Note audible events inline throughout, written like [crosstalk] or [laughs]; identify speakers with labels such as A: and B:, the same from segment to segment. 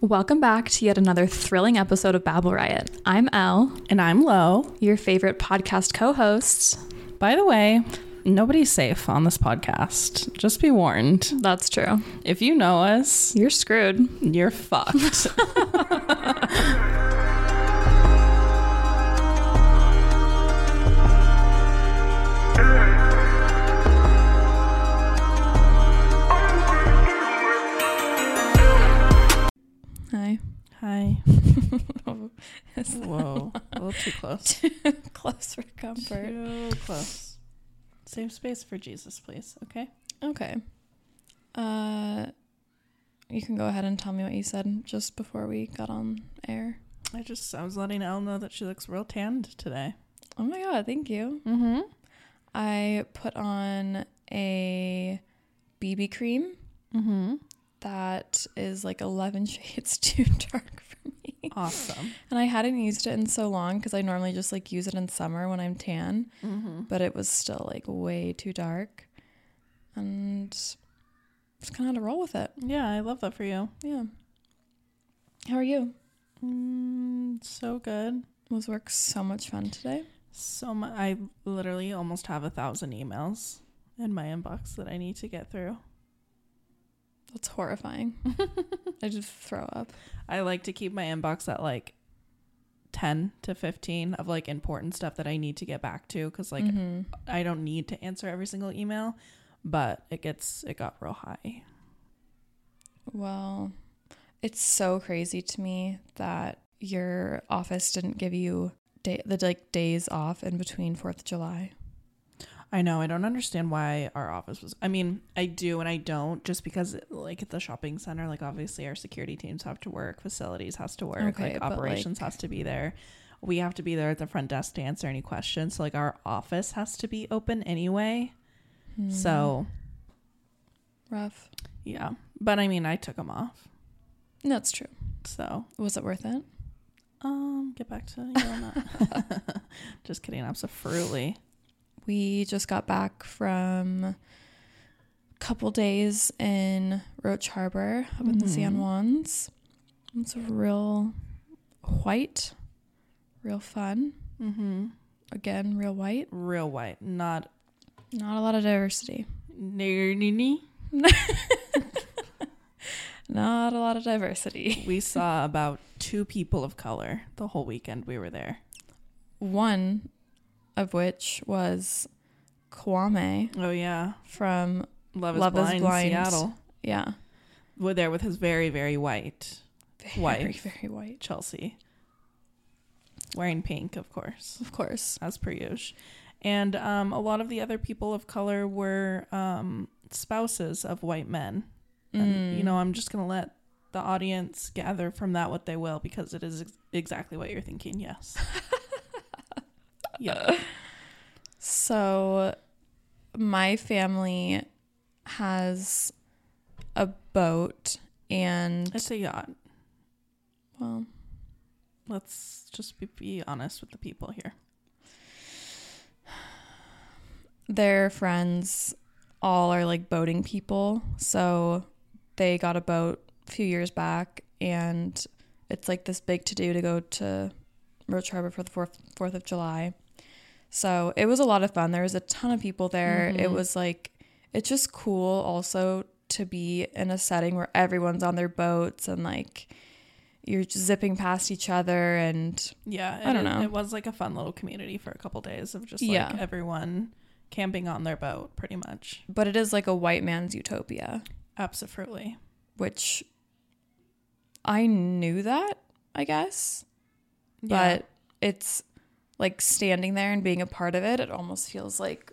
A: Welcome back to yet another thrilling episode of Babel Riot. I'm Elle,
B: And I'm low.
A: your favorite podcast co host.
B: By the way, nobody's safe on this podcast. Just be warned.
A: That's true.
B: If you know us,
A: You're screwed.
B: you're fucked. [laughs]
A: Hi.
B: Hi. [laughs]
A: It's
B: Whoa. A little too close.
A: close for comfort.
B: Too close. Save space for Jesus, please. Okay.
A: Okay. Uh, you can go ahead and tell me what you said just before we got on air.
B: I just I was letting Elle know that she looks real tanned today.
A: Oh my God, thank you.
B: Mm-hmm.
A: I put on a BB cream
B: Mm-hmm.
A: that is like [laughs] 11 shades too [laughs] dark for me.
B: Awesome.
A: And I hadn't used it in so long because I normally just like use it in summer when I'm tan,
B: Mm-hmm.
A: but it was still like way too dark. And just kind of had to roll with it.
B: Yeah, I love that for you.
A: Yeah. How are you?
B: Mm, so good.
A: Was work so much fun today?
B: So mu I literally almost have a thousand emails in my inbox that I need to get through. [laughs]
A: That's horrifying. I just throw up.
B: I like to keep my inbox at like 10 to 15 of like important stuff that I need to get back to because like
A: Mhm.
B: I don't need to answer every single email, but it gets, it got real high.
A: Well, it's so crazy to me that your office didn't give you day, the like days off in between 4th of July.
B: I know. I don't understand why our office was. I mean, I do and I don't just because, like, at the shopping center, like, obviously our security teams have to work, facilities has to work,
A: Okay,
B: like,
A: but,
B: operations has to be there. We have to be there at the front desk to answer any questions. So, like, our office has to be open anyway. Mm-hmm.
A: Hmm.
B: So,
A: rough.
B: yeah. But I mean, I took them off.
A: No, it's true.
B: So,
A: Was it worth it?
B: um, get back to you on [laughs] that. just kidding. Absolutely.
A: We just got back from a couple days in Roach Harbor up in the San
B: Mhm.
A: Juans. It's real white, real fun.
B: Mm hmm.
A: Again, real white.
B: Real white. Not.
A: Not a lot of diversity.
B: We
A: Not a lot of
B: [laughs]
A: diversity.
B: saw about two people of color the whole weekend we were there.
A: One of which was Kwame
B: Oh, yeah.
A: from,
B: Love is,
A: Love is
B: blind,
A: Blind.
B: Seattle.
A: yeah,
B: We're there with his very, very white
A: very,
B: Wife.
A: very white.
B: Chelsea. Wearing pink, of course,
A: Of course.
B: as per usual. And um, a lot of the other people of color were um, spouses of white men. And, you
A: Mm.
B: know, I'm just going to let the audience gather from that what they will because it is ex- exactly what you're thinking. Yes.
A: [laughs]
B: yeah.
A: So, my family has a boat and
B: It's a yacht.
A: well,
B: Let's just be, be honest with the people here.
A: their friends all are like boating people. So, they got a boat a few years back and it's like this big to do to go to Roach Harbor for the 4th 4th of July. So, it was a lot of fun. There was a ton of people there. It
B: Mhm.
A: was like it's just cool also to be in a setting where everyone's on their boats and like you're just zipping past each other and
B: Yeah.
A: I
B: it-
A: don't know.
B: It was like a fun little community for a couple days of just like
A: Yeah.
B: everyone camping on their boat, pretty much.
A: but it is like a white man's utopia,
B: Absolutely.
A: which I knew that, I guess,
B: Yeah.
A: but it's like standing there and being a part of it, it almost feels like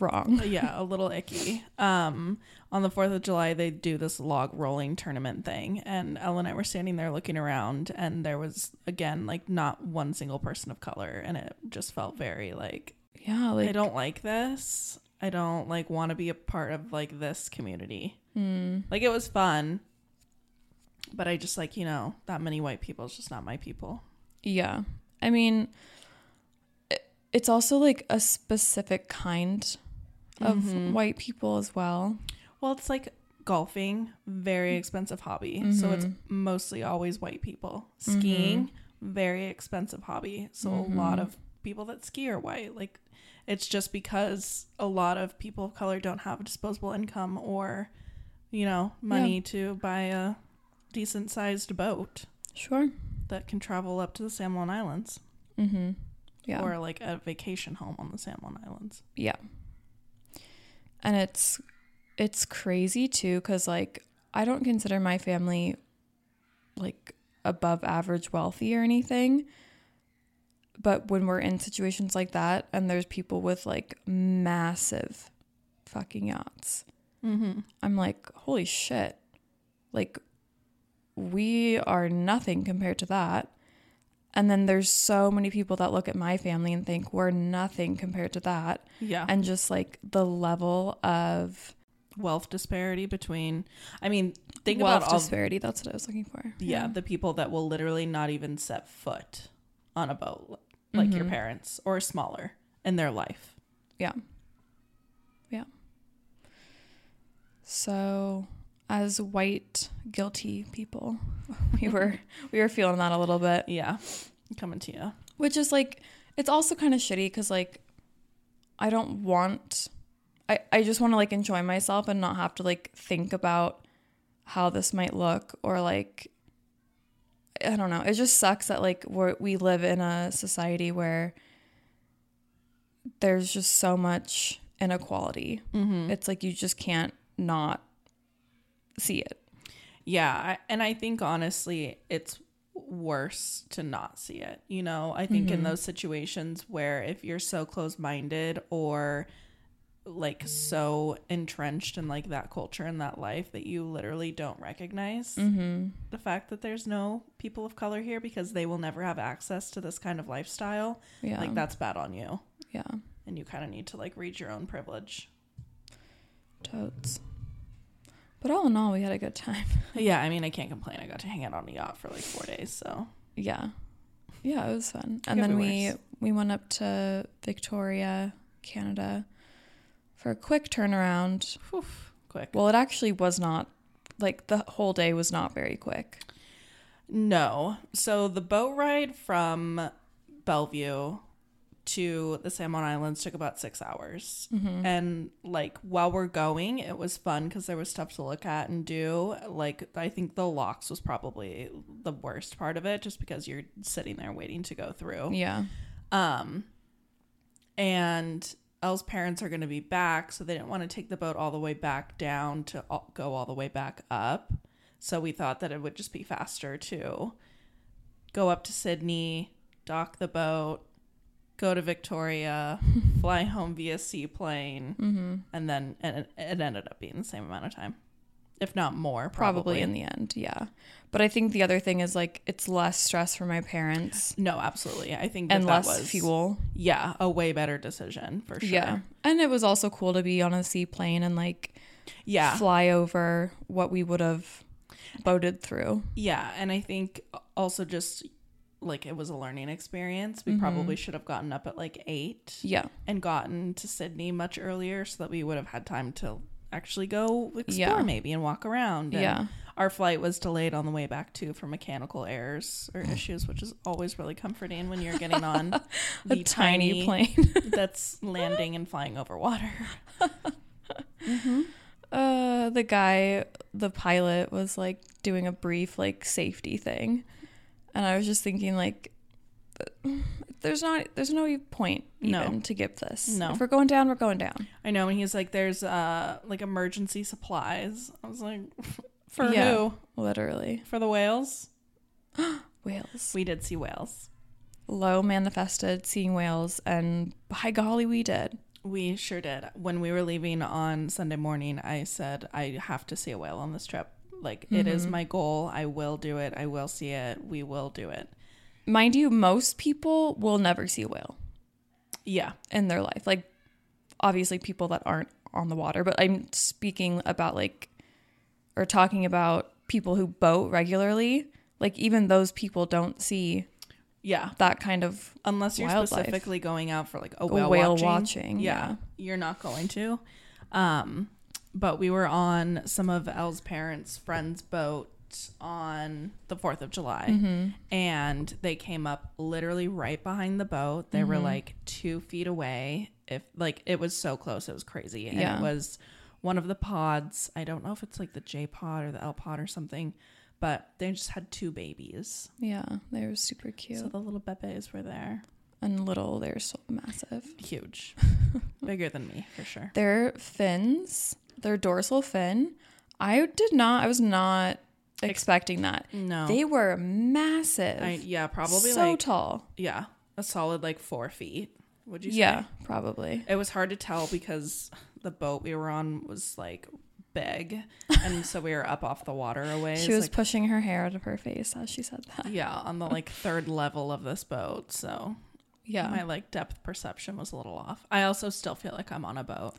A: wrong. [laughs]
B: yeah, a little icky. Um, on the Fourth of July, they do this log rolling tournament thing, and Elle and I were standing there looking around, and there was again like not one single person of color, and it just felt very like,
A: Yeah, like
B: I don't like this. I don't like want to be a part of like this community.
A: hmm.
B: Like it was fun, but I just like you know that many white people is just not my people.
A: Yeah. I mean, it- it's also like a specific kind of
B: Mhm.
A: white people as well.
B: Well, it's like golfing,
A: Mm-hmm.
B: very expensive hobby. So it's mostly always white people.
A: Mm-hmm.
B: Skiing, very expensive hobby. So a
A: Mm-hmm.
B: lot of people that ski are white. Like it's just because a lot of people of color don't have disposable income or, you know, money to buy a decent sized boat
A: Sure.
B: that can travel up to the San Juan Islands
A: Mm-hmm. Yeah.
B: or like a vacation home on the San Juan Islands.
A: Yeah. And it's it's crazy too cuz like I don't consider my family like above average wealthy or anything. But when we're in situations like that and there's people with like massive fucking yachts.
B: Mm-hmm.
A: I'm like, "Holy shit." Like we are nothing compared to that. And then there's so many people that look at my family and think we're nothing compared to that
B: Yeah.
A: and just like the level of
B: wealth disparity between I mean, think
A: wealth
B: about all
A: disparity. That's what I was looking for.
B: yeah, the people that will literally not even set foot on a boat like your parents or smaller in their life.
A: Yeah. Yeah. So, as white guilty people, [laughs] we were we were feeling that a little bit,
B: Yeah. Coming to you.
A: which is like it's also kind of shitty cuz like I don't want I I just want to like enjoy myself and not have to like think about how this might look or like I don't know. It just sucks that like we we live in a society where there's just so much inequality. It's like you just can't not see it.
B: Yeah, I, and I think honestly, it's worse to not see it. You know, I think in those situations where if you're so close minded or like so entrenched in like that culture and that life that you literally don't recognize
A: Mm.
B: the fact that there's no people of color here because they will never have access to this kind of lifestyle.
A: Yeah.
B: Like that's bad on you,
A: Yeah.
B: and you kind of need to like read your own privilege.
A: Totes. But all in all, we had a good time.
B: [laughs] Yeah, I mean, I can't complain. I got to hang out on a yacht for like four days, so
A: Yeah. Yeah, it was fun. And
B: Could be
A: then we
B: worse.
A: we went up to Victoria, Canada for a quick turnaround.
B: whew, quick.
A: Well, it actually was not like the whole day was not very quick.
B: No. So the boat ride from Bellevue to the San Juan Islands took about six hours. And like while we're going, it was fun because there was stuff to look at and do. Like I think the locks was probably the worst part of it just because you're sitting there waiting to go through
A: Yeah.
B: Um, and Elle's parents are going to be back, so they didn't want to take the boat all the way back down to all, go all the way back up. So we thought that it would just be faster to go up to Sydney, dock the boat, go to
A: [laughs]
B: Victoria, fly home via seaplane,
A: Mm-hmm.
B: and then and it, it ended up being the same amount of time, if not more,
A: Probably,
B: probably.
A: in the end, yeah. But I think the other thing is like it's less stress for my parents
B: no, absolutely. I think that
A: and
B: that
A: less
B: was,
A: fuel.
B: Yeah, a way better decision for sure.
A: Yeah. And it was also cool to be on a seaplane and like
B: yeah.
A: fly over what we would have boated through.
B: Yeah, and I think also just like it was a learning experience. We
A: Mm-hmm.
B: probably should have gotten up at like eight
A: Yeah.
B: and gotten to Sydney much earlier so that we would have had time to actually go explore
A: Yeah.
B: maybe and walk around. And
A: Yeah.
B: Our flight was delayed on the way back too for mechanical errors or issues, which is always really comforting when you're getting
A: [laughs]
B: on the
A: Tiny plane.
B: [laughs] that's landing and flying over water.
A: Uh, the guy, the pilot, was like doing a brief like safety thing, and I was just thinking like, there's not, there's no point even
B: No.
A: to give this.
B: No.
A: if we're going down, we're going down.
B: I know, and he's like, "There's uh like emergency supplies." I was like, [laughs] "For
A: Yeah.
B: who?
A: Literally,
B: For the whales?"
A: whales.
B: We did see whales.
A: Low manifested seeing whales, and by golly, we did.
B: We sure did. When we were leaving on Sunday morning, I said, I have to see a whale on this trip. Like, it is my goal. I will do it. I will see it. We will do it.
A: Mind you, most people will never see a whale
B: Yeah.
A: in their life. Like, obviously, people that aren't on the water, but I'm speaking about like, or talking about people who boat regularly. Like, even those people don't see
B: Yeah.
A: that kind of.
B: Unless you're
A: Wildlife.
B: specifically going out for like a whale,
A: whale
B: watching.
A: watching,
B: Yeah,
A: yeah.
B: You're not going to. Um, but we were on some of Elle's parents' friends' boat on the 4th of July and they came up literally right behind the boat. They were like two feet away. If like it was so close, it was crazy. And
A: Yeah.
B: it was one of the pods. I don't know if it's like the J pod or the L pod or something, but they just had two babies.
A: Yeah, they were super cute
B: So the little bebes were there.
A: and little. They're so massive. [laughs]
B: Huge. Bigger than me, for sure.
A: Their fins, their dorsal fin. I did not. I was not expecting that.
B: No.
A: They were massive.
B: I, yeah, probably
A: so
B: like
A: tall.
B: yeah, a solid like four feet. Would you say?
A: Yeah, probably.
B: It was hard to tell because the boat we were on was like
A: [laughs]
B: big, and so we were up off the water a ways.
A: She was
B: like,
A: pushing her hair out of her face as she said that.
B: yeah on the like third level of this boat, so
A: Yeah.
B: my like depth perception was a little off. I also still feel like I'm on a boat.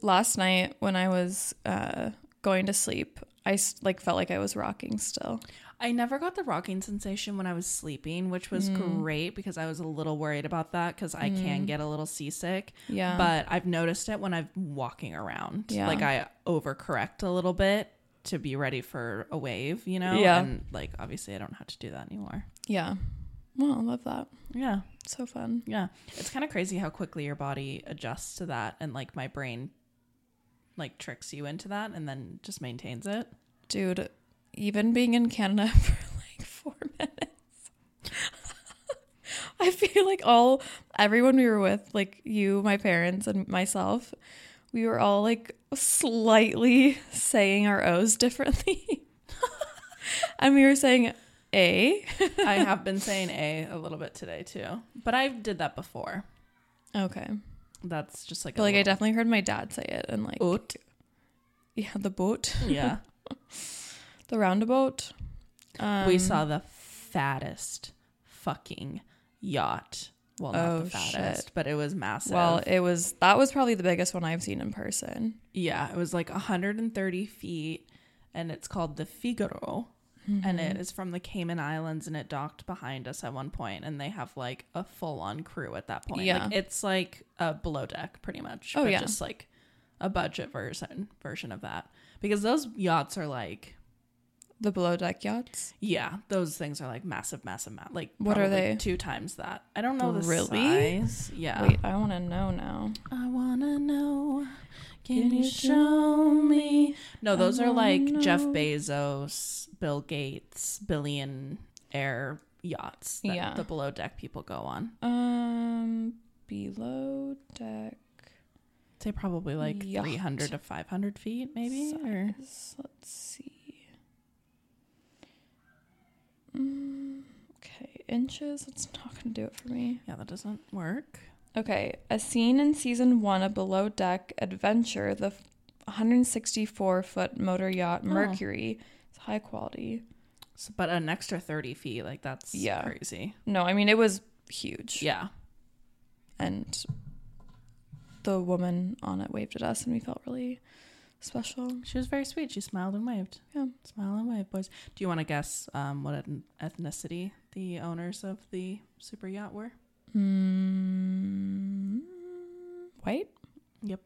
A: Last night when I was uh, going to sleep, I s- like felt like I was rocking still.
B: I never got the rocking sensation when I was sleeping, which was
A: Mm.
B: great because I was a little worried about that because I can get a little seasick.
A: Yeah.
B: But I've noticed it when I'm walking around.
A: Yeah.
B: Like I overcorrect a little bit to be ready for a wave, you know?
A: Yeah.
B: And like obviously I don't have to do that anymore.
A: Yeah. Well, I love that.
B: Yeah.
A: So fun.
B: Yeah. It's kind of crazy how quickly your body adjusts to that and like my brain like tricks you into that and then just maintains it.
A: Dude, even being in Canada [laughs] for like four [laughs] minutes, I feel like all everyone we were with, like you, my parents, and myself, we were all like slightly [laughs] saying our O's differently. [laughs] and we were saying A. [laughs]
B: I have been saying A a little bit today too. But I did that before.
A: Okay.
B: That's just like
A: But like I definitely heard my dad say it and like
B: Boat.
A: yeah, the boat,
B: yeah.
A: the roundabout. Um,
B: we saw the fattest fucking yacht. Well, not
A: Oh,
B: the fattest, but it was massive.
A: Well, it was that was probably the biggest one I've seen in person.
B: yeah, it was like 130 feet, and it's called the Figaro,
A: Mm-hmm.
B: and it is from the Cayman Islands, and it docked behind us at one point, and they have like a full-on crew at that point.
A: Yeah.
B: like, it's like a below deck, pretty much.
A: Oh,
B: but
A: yeah.
B: just like a budget version version of that, because those yachts are like.
A: The below deck yachts.
B: Yeah, those things are like massive, massive, massive. Like
A: What are
B: probably
A: they?
B: Two times that. I don't know the
A: Really?
B: size. Yeah.
A: Wait, I want to know now.
B: I wanna know. Can
A: Can
B: you
A: you
B: show me? No, those are like
A: wanna
B: Jeff
A: know.
B: Bezos, Bill Gates, billionaire yachts that
A: Yeah.
B: the below deck people go on.
A: Um, below deck.
B: They probably like
A: Yacht.
B: three hundred to five hundred feet, maybe. Or
A: size. Let's see. Mm, okay, inches. That's not gonna do it for me.
B: yeah, that doesn't work.
A: Okay, a scene in season one of Below Deck Adventure, the 164 foot motor yacht Mercury. It's high quality.
B: So, but an extra thirty feet, like that's
A: Yeah.
B: crazy.
A: No, I mean, it was huge.
B: Yeah.
A: And the woman on it waved at us, and we felt really special.
B: She was very sweet. She smiled and waved.
A: Yeah.
B: Smile and wave, boys. Do you want to guess um, what eth- ethnicity the owners of the super yacht were?
A: Mm, white?
B: Yep.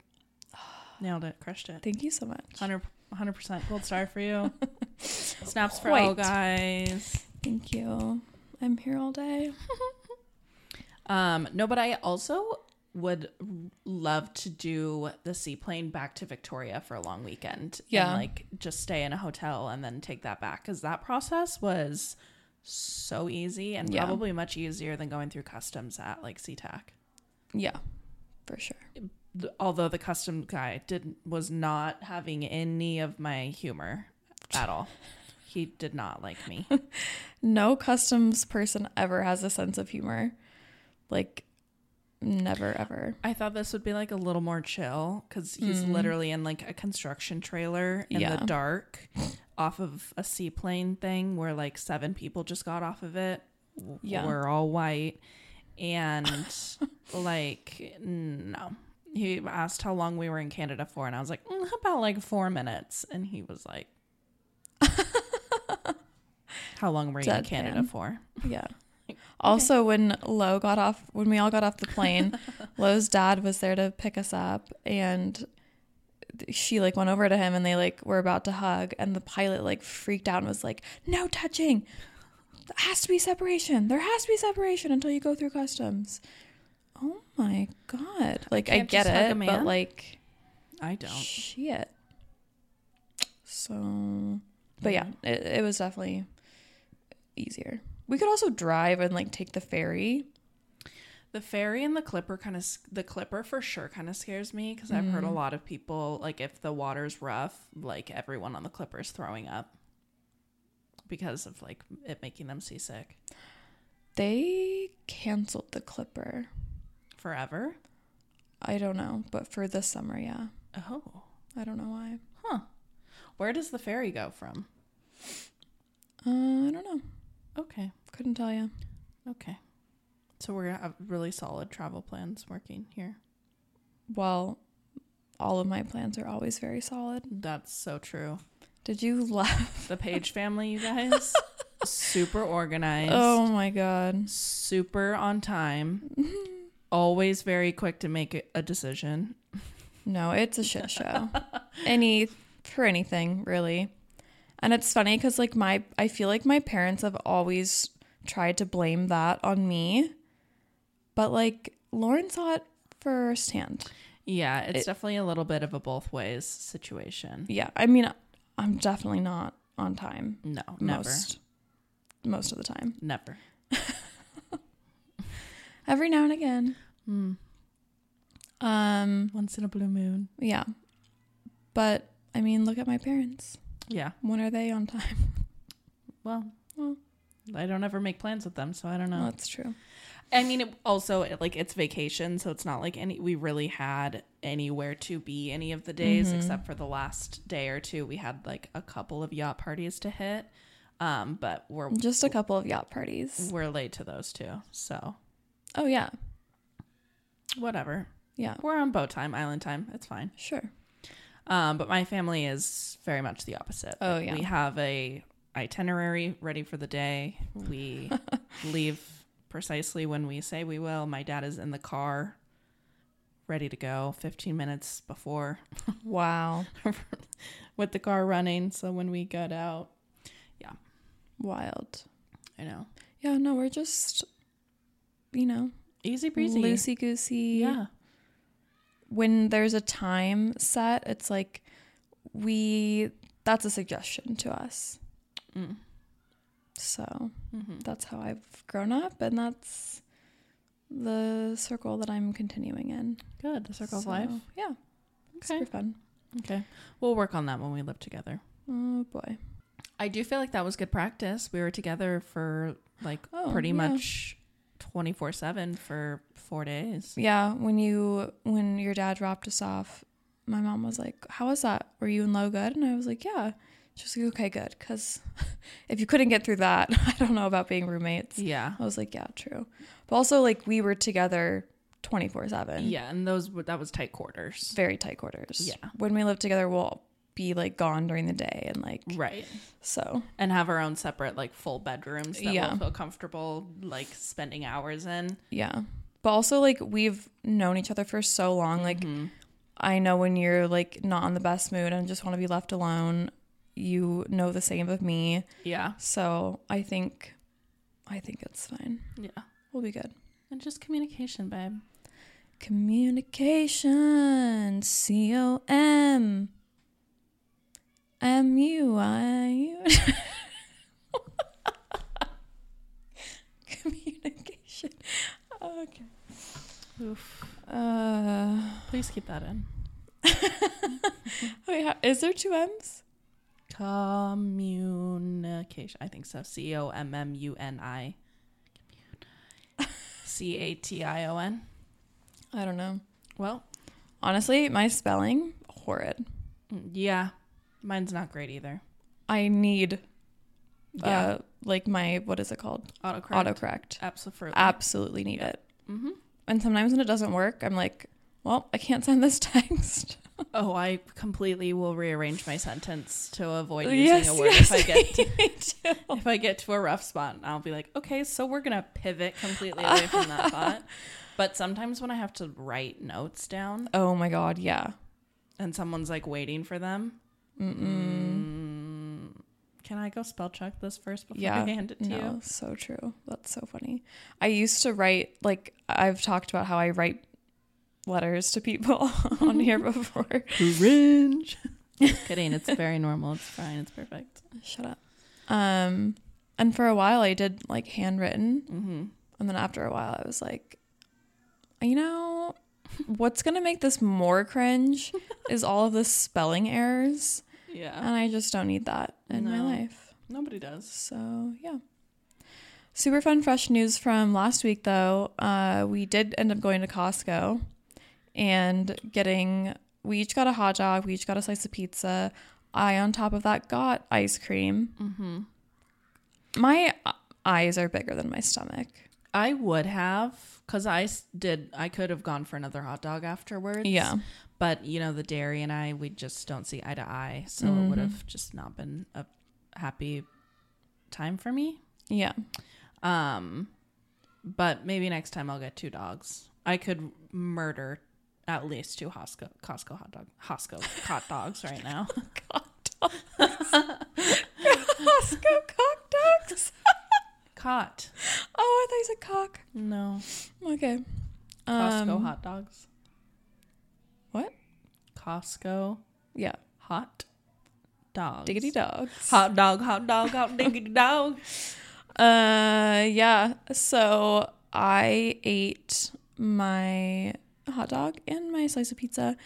B: Nailed it. Crushed it.
A: Thank you so much.
B: 100, 100% gold star for you. Snaps for
A: White.
B: all guys.
A: Thank you. I'm here all day.
B: Um, no, but I also would love to do the seaplane back to Victoria for a long weekend.
A: Yeah.
B: And like just stay in a hotel and then take that back because that process was so easy and
A: Yeah.
B: probably much easier than going through customs at like SeaTac.
A: Yeah, for sure.
B: Th- Although the custom guy did was not having any of my humor at all. He did not like me.
A: No customs person ever has a sense of humor. Like, never, ever.
B: I thought this would be like a little more chill because he's literally in like a construction trailer in
A: Mm. Yeah.
B: the dark off of a seaplane thing where like seven people just got off of it. W-
A: Yeah.
B: We're all white. And [laughs] like, no. He asked how long we were in Canada for, and I was like, "Mm, about like four minutes. And he was
A: [laughs]
B: like, How long were you in
A: Deadpan.
B: Canada for? [laughs]
A: Yeah. Also, when Lo got off,
B: [laughs]
A: when we all got off the plane, Lo's dad was there to pick us up, and she like went over to him and they like were about to hug and the pilot like freaked out and was like no touching there has to be separation there has to be separation until you go through customs oh my god like i,
B: can't
A: get
B: just hug a
A: it but
B: man?
A: like
B: I don't.
A: shit so but yeah it, it was definitely easier we could also drive and like take the ferry
B: The ferry and the clipper kind of the clipper for sure kind of scares me because I've heard a lot of people like if the water's rough, like everyone on the clipper is throwing up because of like it making them seasick
A: they canceled the clipper
B: forever.
A: i don't know but for this summer yeah
B: Oh,
A: i don't know why
B: huh. Where does the ferry go from?
A: uh, i don't know
B: Okay,
A: Couldn't tell you.
B: okay. So we're gonna have really solid travel plans working here.
A: Well, all of my plans are always very solid.
B: That's so true.
A: Did you laugh?
B: The [laughs] Page family, you guys, super organized.
A: Oh my god.
B: super on [laughs] time, always very quick to make a- a decision.
A: No, it's a shit show. Any for anything, really. And it's funny cuz like my I feel like my parents have always tried to blame that on me. But like Lauren saw it firsthand.
B: Yeah, it's definitely a little bit of a both ways situation.
A: Yeah, I mean I'm definitely not on time
B: No, never.
A: most most of the time.
B: Never.
A: Every now and again. Um
B: Once in a blue moon.
A: Yeah. But I mean, look at my parents.
B: Yeah.
A: When are they on time?
B: Well,
A: Well.
B: I don't ever make plans with them, so I don't know.
A: That's true.
B: I mean, it, also it, like it's vacation, so it's not like any we really had anywhere to be any of the days except for the last day or two. We had like a couple of yacht parties to hit, um, but we're
A: Just a couple of yacht parties.
B: we're late to those two, so
A: Oh, yeah.
B: whatever.
A: Yeah.
B: We're on boat time, island time. It's fine.
A: Sure.
B: Um, but my family is very much the opposite.
A: Oh, yeah.
B: We have a itinerary ready for the day. [laughs] We leave precisely when we say we will. My dad is in the car, ready to go, fifteen minutes before,
A: Wow.
B: with the car running. So when we got out,
A: Wild.
B: I know,
A: Yeah, no, we're just, you know,
B: easy breezy.
A: loosey goosey.
B: Yeah.
A: When there's a time set, it's like we, that's a suggestion to us.
B: Mm.
A: So
B: hmm
A: that's how I've grown up. And that's the circle that I'm continuing in.
B: Good. The circle of
A: So,
B: life.
A: Yeah.
B: Okay.
A: Super fun.
B: Okay. We'll work on that when we live together.
A: Oh boy.
B: I do feel like that was good practice. We were together for like
A: Oh,
B: pretty
A: yeah.
B: much 24 7 for four days.
A: Yeah, when you when your dad dropped us off, my mom was like, "How was that? Were you in low good?" And I was like, "Yeah." She was like, "Okay, good." Because [laughs] if you couldn't get through that, [laughs] I don't know about being roommates.
B: Yeah.
A: I was like, "Yeah, true." But also, like, we were together twenty four seven.
B: Yeah. And those, were- that was tight quarters.
A: very tight quarters.
B: Yeah.
A: when we live together, we'll be like gone during the day and like
B: Right.
A: so.
B: And have our own separate, like, full bedrooms that
A: Yeah.
B: we'll feel comfortable, like, spending hours in.
A: Yeah. But also like we've known each other for so long. Like
B: Mm-hmm.
A: I know when you're like not in the best mood and just want to be left alone, you know the same of me.
B: Yeah.
A: So I think I think it's fine.
B: Yeah.
A: We'll be good.
B: And just communication, babe.
A: Communication C O M M U I U [laughs] Communication. Okay.
B: Oof.
A: Uh [laughs]
B: Please keep that in.
A: Wait, how, is there two M's?
B: Communication. I think so. C O M M U N I. [laughs] C A T I O N.
A: I don't know.
B: Well,
A: Honestly, my spelling horrid.
B: Mm, Yeah. Mine's not great either.
A: I need
B: Yeah.
A: uh like my what is it called?
B: Autocorrect.
A: Autocorrect.
B: Absolutely.
A: Absolutely need it.
B: hmm
A: And sometimes when it doesn't work, I'm like, well, I can't send this [laughs] text.
B: Oh, I completely will rearrange my sentence to avoid using
A: yes,
B: a word
A: yes,
B: if I get to,
A: [laughs] me too.
B: if I get to a rough spot. I'll be like, okay, so we're gonna pivot completely away from
A: [laughs]
B: that thought. But sometimes when I have to write notes down,
A: Oh my god, yeah.
B: and someone's like waiting for them. Mm,
A: Mm-mm.
B: Can I go spell check this first before
A: Mm. Yeah.
B: I hand it to
A: no,
B: you?
A: so true. That's so funny. I used to write like I've talked about how I write letters to people [laughs] on
B: [laughs]
A: here before.
B: Cringe. Kidding. It's very normal. It's fine. It's perfect.
A: Shut up. Um, and for a while I did like handwritten,
B: Mm-hmm.
A: and then after a while I was like, you know, what's gonna make this more cringe is all of the spelling errors,
B: Yeah.
A: and I just don't need that in my
B: No.
A: life.
B: Nobody does.
A: So yeah. Super fun, fresh news from last week, though. Uh, we did end up going to Costco and getting, we each got a hot dog, we each got a slice of pizza. I, on top of that, got ice cream.
B: Mm-hmm.
A: My uh, eyes are bigger than my stomach.
B: I would have, cause I s- did. I could have gone for another hot dog afterwards.
A: Yeah.
B: But you know, the dairy and I, we just don't see eye to eye, so it would have just not been a happy time for me.
A: Yeah.
B: Um, but maybe next time I'll get two dogs. I could murder at least two Costco Costco hot dog Costco hot dogs right now.
A: [laughs] Costco cock dogs?
B: Caught.
A: Oh, I thought you said cock.
B: No.
A: Okay.
B: Costco
A: Um,
B: hot dogs.
A: what?
B: Costco
A: Yeah.
B: hot dogs.
A: Diggity dogs.
B: Hot dog, hot dog, [laughs] hot diggity dog.
A: Uh, yeah. So I ate my hot dog and my slice of pizza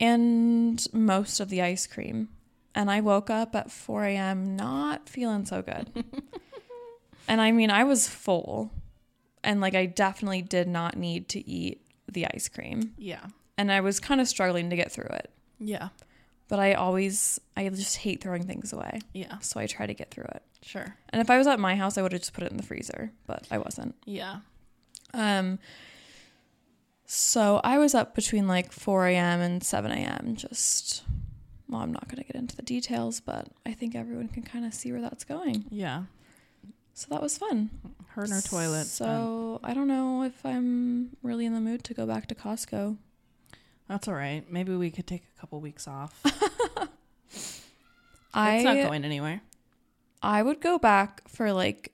A: and most of the ice cream. And I woke up at 4 a.m. not feeling so good. and I mean, I was full. And like, I definitely did not need to eat the ice cream.
B: Yeah.
A: And I was kind of struggling to get through it.
B: Yeah.
A: But I always, I just hate throwing things away.
B: Yeah.
A: So I try to get through it.
B: Sure.
A: And if I was at my house, I would have just put it in the freezer, but I wasn't.
B: Yeah.
A: Um, so I was up between like 4 a.m. and 7 a.m. Just, well, I'm not going to get into the details, but I think everyone can kind of see where that's going.
B: Yeah.
A: So that was fun.
B: Her in her toilet. um,
A: So I don't know if I'm really in the mood to go back to Costco.
B: that's all right. Maybe we could take a couple weeks off. [laughs]
A: I
B: it's not going anywhere.
A: I would go back for like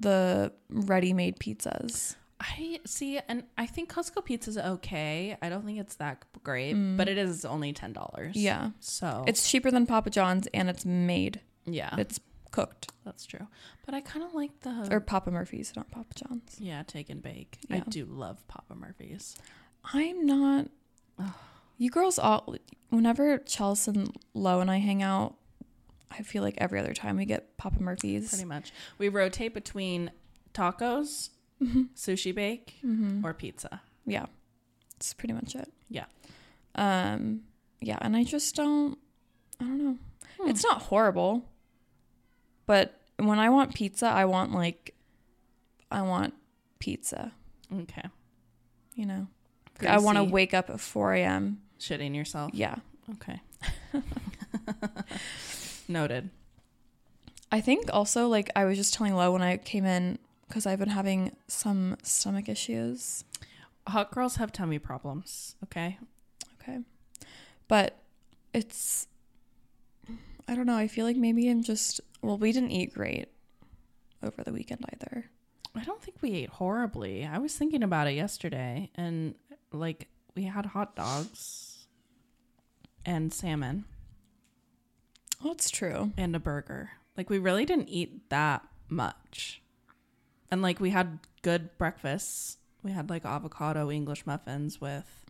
A: the ready-made pizzas.
B: I see, and I think Costco pizza's okay. I don't think it's that great, but it is only ten dollars.
A: Yeah.
B: So
A: It's cheaper than Papa John's and it's made.
B: yeah,
A: It's cooked.
B: that's true. But I kind of like the
A: Or Papa Murphy's, not Papa John's.
B: yeah take and bake. I
A: Yeah.
B: do love Papa Murphy's.
A: I'm not. You girls all. Whenever Chelsea and Lo and I hang out, I feel like every other time we get Papa Murphy's.
B: Pretty much, we rotate between tacos, sushi bake, or pizza.
A: Mm-hmm. Yeah, it's pretty much it.
B: Yeah.
A: Um. Yeah, and I just don't. I don't know.
B: Hmm.
A: It's not horrible, but when I want pizza, I want like, I want pizza.
B: Okay,
A: You know, I want to
B: Greasy.
A: wake up at four a.m.
B: shitting yourself.
A: Yeah.
B: Okay, noted.
A: I think also like I was just telling Lo when I came in because I've been having some stomach issues.
B: Hot girls have tummy problems. Okay,
A: Okay. But it's I don't know, I feel like maybe I'm just well, we didn't eat great over the weekend either.
B: I don't think we ate horribly. I was thinking about it yesterday, and like we had hot dogs and salmon
A: Oh, it's true.
B: and a burger. Like we really didn't eat that much. And like we had good breakfasts. We had like avocado English muffins with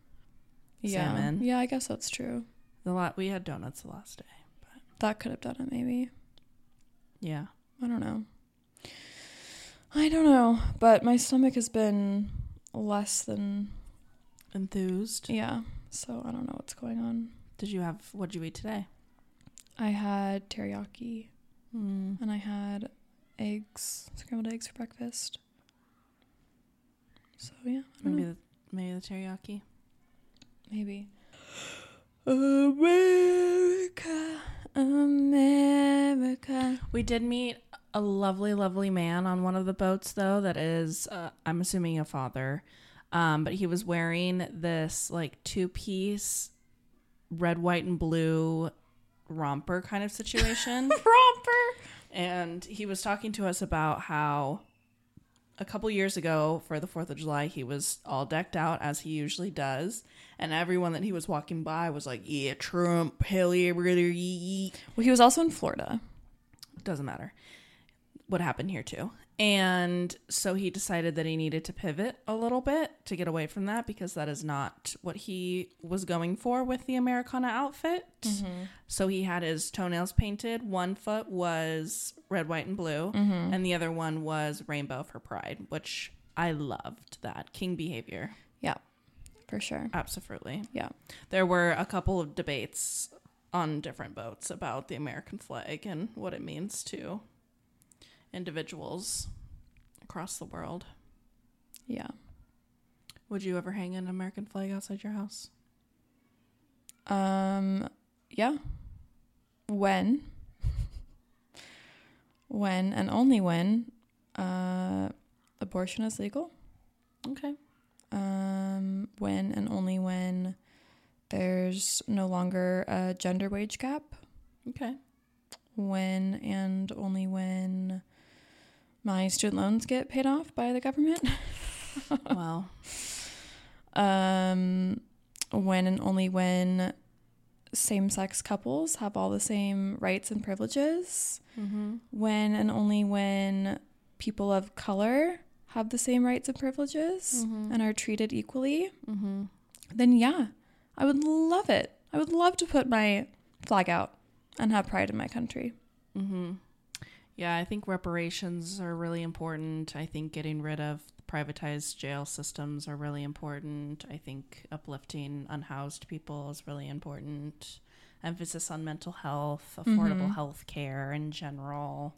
A: Yeah.
B: Salmon.
A: Yeah, I guess that's true.
B: the lot. We had donuts the last day.
A: That could have done it maybe.
B: Yeah.
A: I don't know. I don't know, but my stomach has been less than
B: Enthused.
A: yeah, so I don't know what's going on.
B: Did you have what'd you eat today?
A: I had teriyaki
B: Mm.
A: and I had eggs, scrambled eggs for breakfast. So yeah, I don't
B: Maybe
A: know.
B: the maybe the teriyaki.
A: Maybe. America, America.
B: We did meet a lovely, lovely man on one of the boats, though, that is, uh, I'm assuming a father. Um, but he was wearing this like two piece red, white, and blue romper kind of situation.
A: Romper.
B: and he was talking to us about how a couple years ago for the 4th of July, he was all decked out as he usually does. And everyone that he was walking by was like, yeah, Trump, hell yeah, brother, yee, yee."
A: Well, he was also in Florida.
B: doesn't matter what happened here too and so he decided that he needed to pivot a little bit to get away from that because that is not what he was going for with the americana outfit so he had his toenails painted one foot was red white and blue and the other one was rainbow for pride which i loved that king behavior
A: Yeah, for sure.
B: absolutely
A: Yeah.
B: there were a couple of debates on different boats about the American flag and what it means to individuals across the world.
A: Yeah.
B: Would you ever hang an American flag outside your house?
A: Um, yeah. When? [laughs] when and only when uh, abortion is legal.
B: Okay.
A: Um, when and only when there's no longer a gender wage gap.
B: Okay.
A: When and only when my student loans get paid off by the government. [laughs]
B: well,
A: um, when and only when same sex couples have all the same rights and privileges,
B: [laughs] mm-hmm.
A: when and only when people of color have the same rights and privileges
B: Mhm.
A: and are treated equally,
B: Mm-hmm.
A: then yeah, I would love it. I would love to put my flag out and have pride in my country.
B: Mm-hmm. Yeah, I think reparations are really important. I think getting rid of privatized jail systems are really important. I think uplifting unhoused people is really important. Emphasis on mental health, affordable health care in general.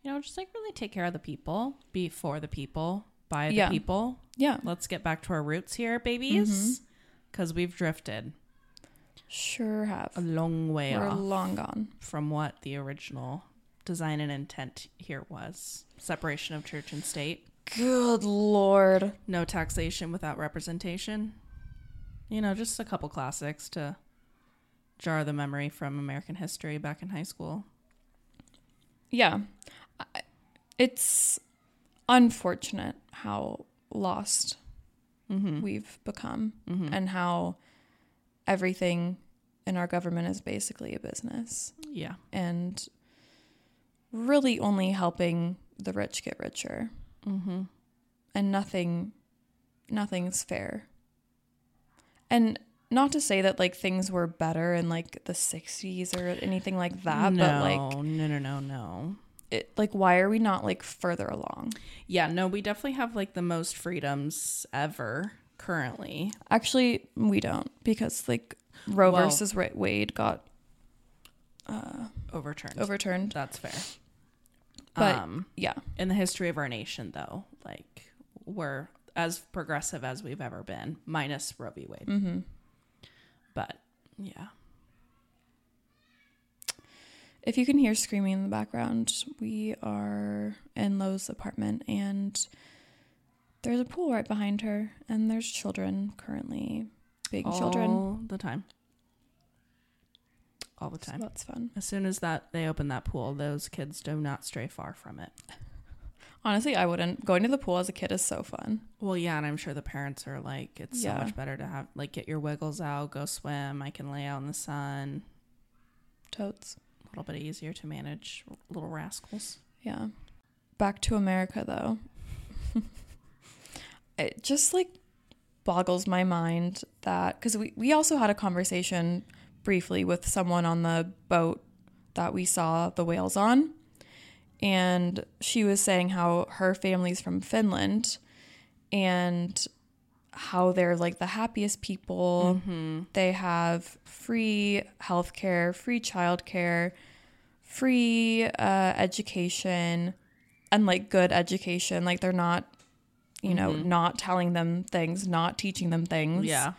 B: You know, just like really take care of the people, be for the people, by the
A: Yeah.
B: people.
A: Yeah,
B: Let's get back to our roots here, babies, because we've drifted
A: sure
B: a
A: have.
B: long way
A: We're
B: off
A: long gone.
B: from what the original design and intent here was separation of church and state
A: Good lord.
B: no taxation without representation you know just a couple classics to jar the memory from american history back in high school
A: yeah I- it's unfortunate how lost we've become and how everything in our government is basically a business
B: yeah
A: and really only helping the rich get richer
B: mm-hmm.
A: and nothing nothing's fair and not to say that like things were better in like the 60s or anything like that
B: no,
A: but like
B: no no no no
A: it like why are we not like further along
B: yeah no we definitely have like the most freedoms ever currently
A: Actually, we don't because like Roe
B: Well-
A: versus Ra- Wade got uh,
B: overturned
A: overturned.
B: that's fair
A: But-
B: um
A: Yeah,
B: in the history of our nation though like we're as progressive as we've ever been minus roe v wade
A: hmm
B: but yeah
A: If you can hear screaming in the background, we are in Lowe's apartment and there's a pool right behind her, and there's children currently, big children.
B: all the time all the
A: So
B: time
A: that's fun.
B: as soon as that they open that pool those kids do not stray far from it
A: Honestly, I wouldn't. Going to the pool as a kid is so fun.
B: well yeah and i'm sure the parents are like it's
A: Yeah.
B: so much better to have like get your wiggles out go swim i can lay out in the sun
A: Totes.
B: a little bit easier to manage little rascals
A: Yeah. Back to America though. [laughs] it just like boggles my mind that cuz we we also had a conversation briefly with someone on the boat that we saw the whales on and she was saying how her family's from Finland and how they're like the happiest people. They have free healthcare, free childcare, free uh, education, and like good education. Like they're not, you know, not telling them things, not teaching them things.
B: yeah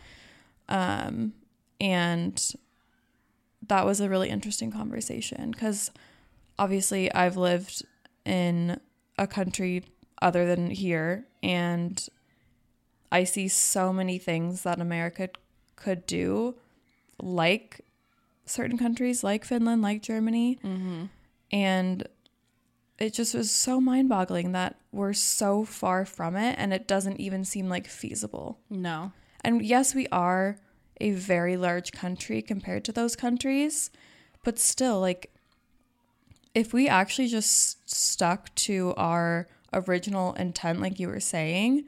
A: Um, And that was a really interesting conversation because obviously I've lived in a country other than here and I see so many things that America could do like certain countries, like Finland, like Germany. And it just was so mind boggling that we're so far from it and it doesn't even seem like feasible.
B: No.
A: And yes, we are a very large country compared to those countries, but still, like, if we actually just stuck to our original intent, like you were saying,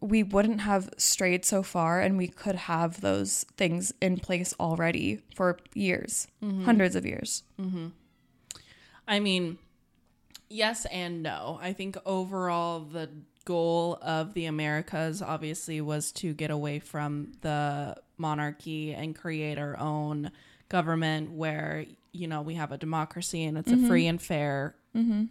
A: we wouldn't have strayed so far and we could have those things in place already for years, hundreds of years.
B: I mean, yes and no. I think overall, the goal of the Americas obviously was to get away from the monarchy and create our own government where, you know, we have a democracy and it's a free and fair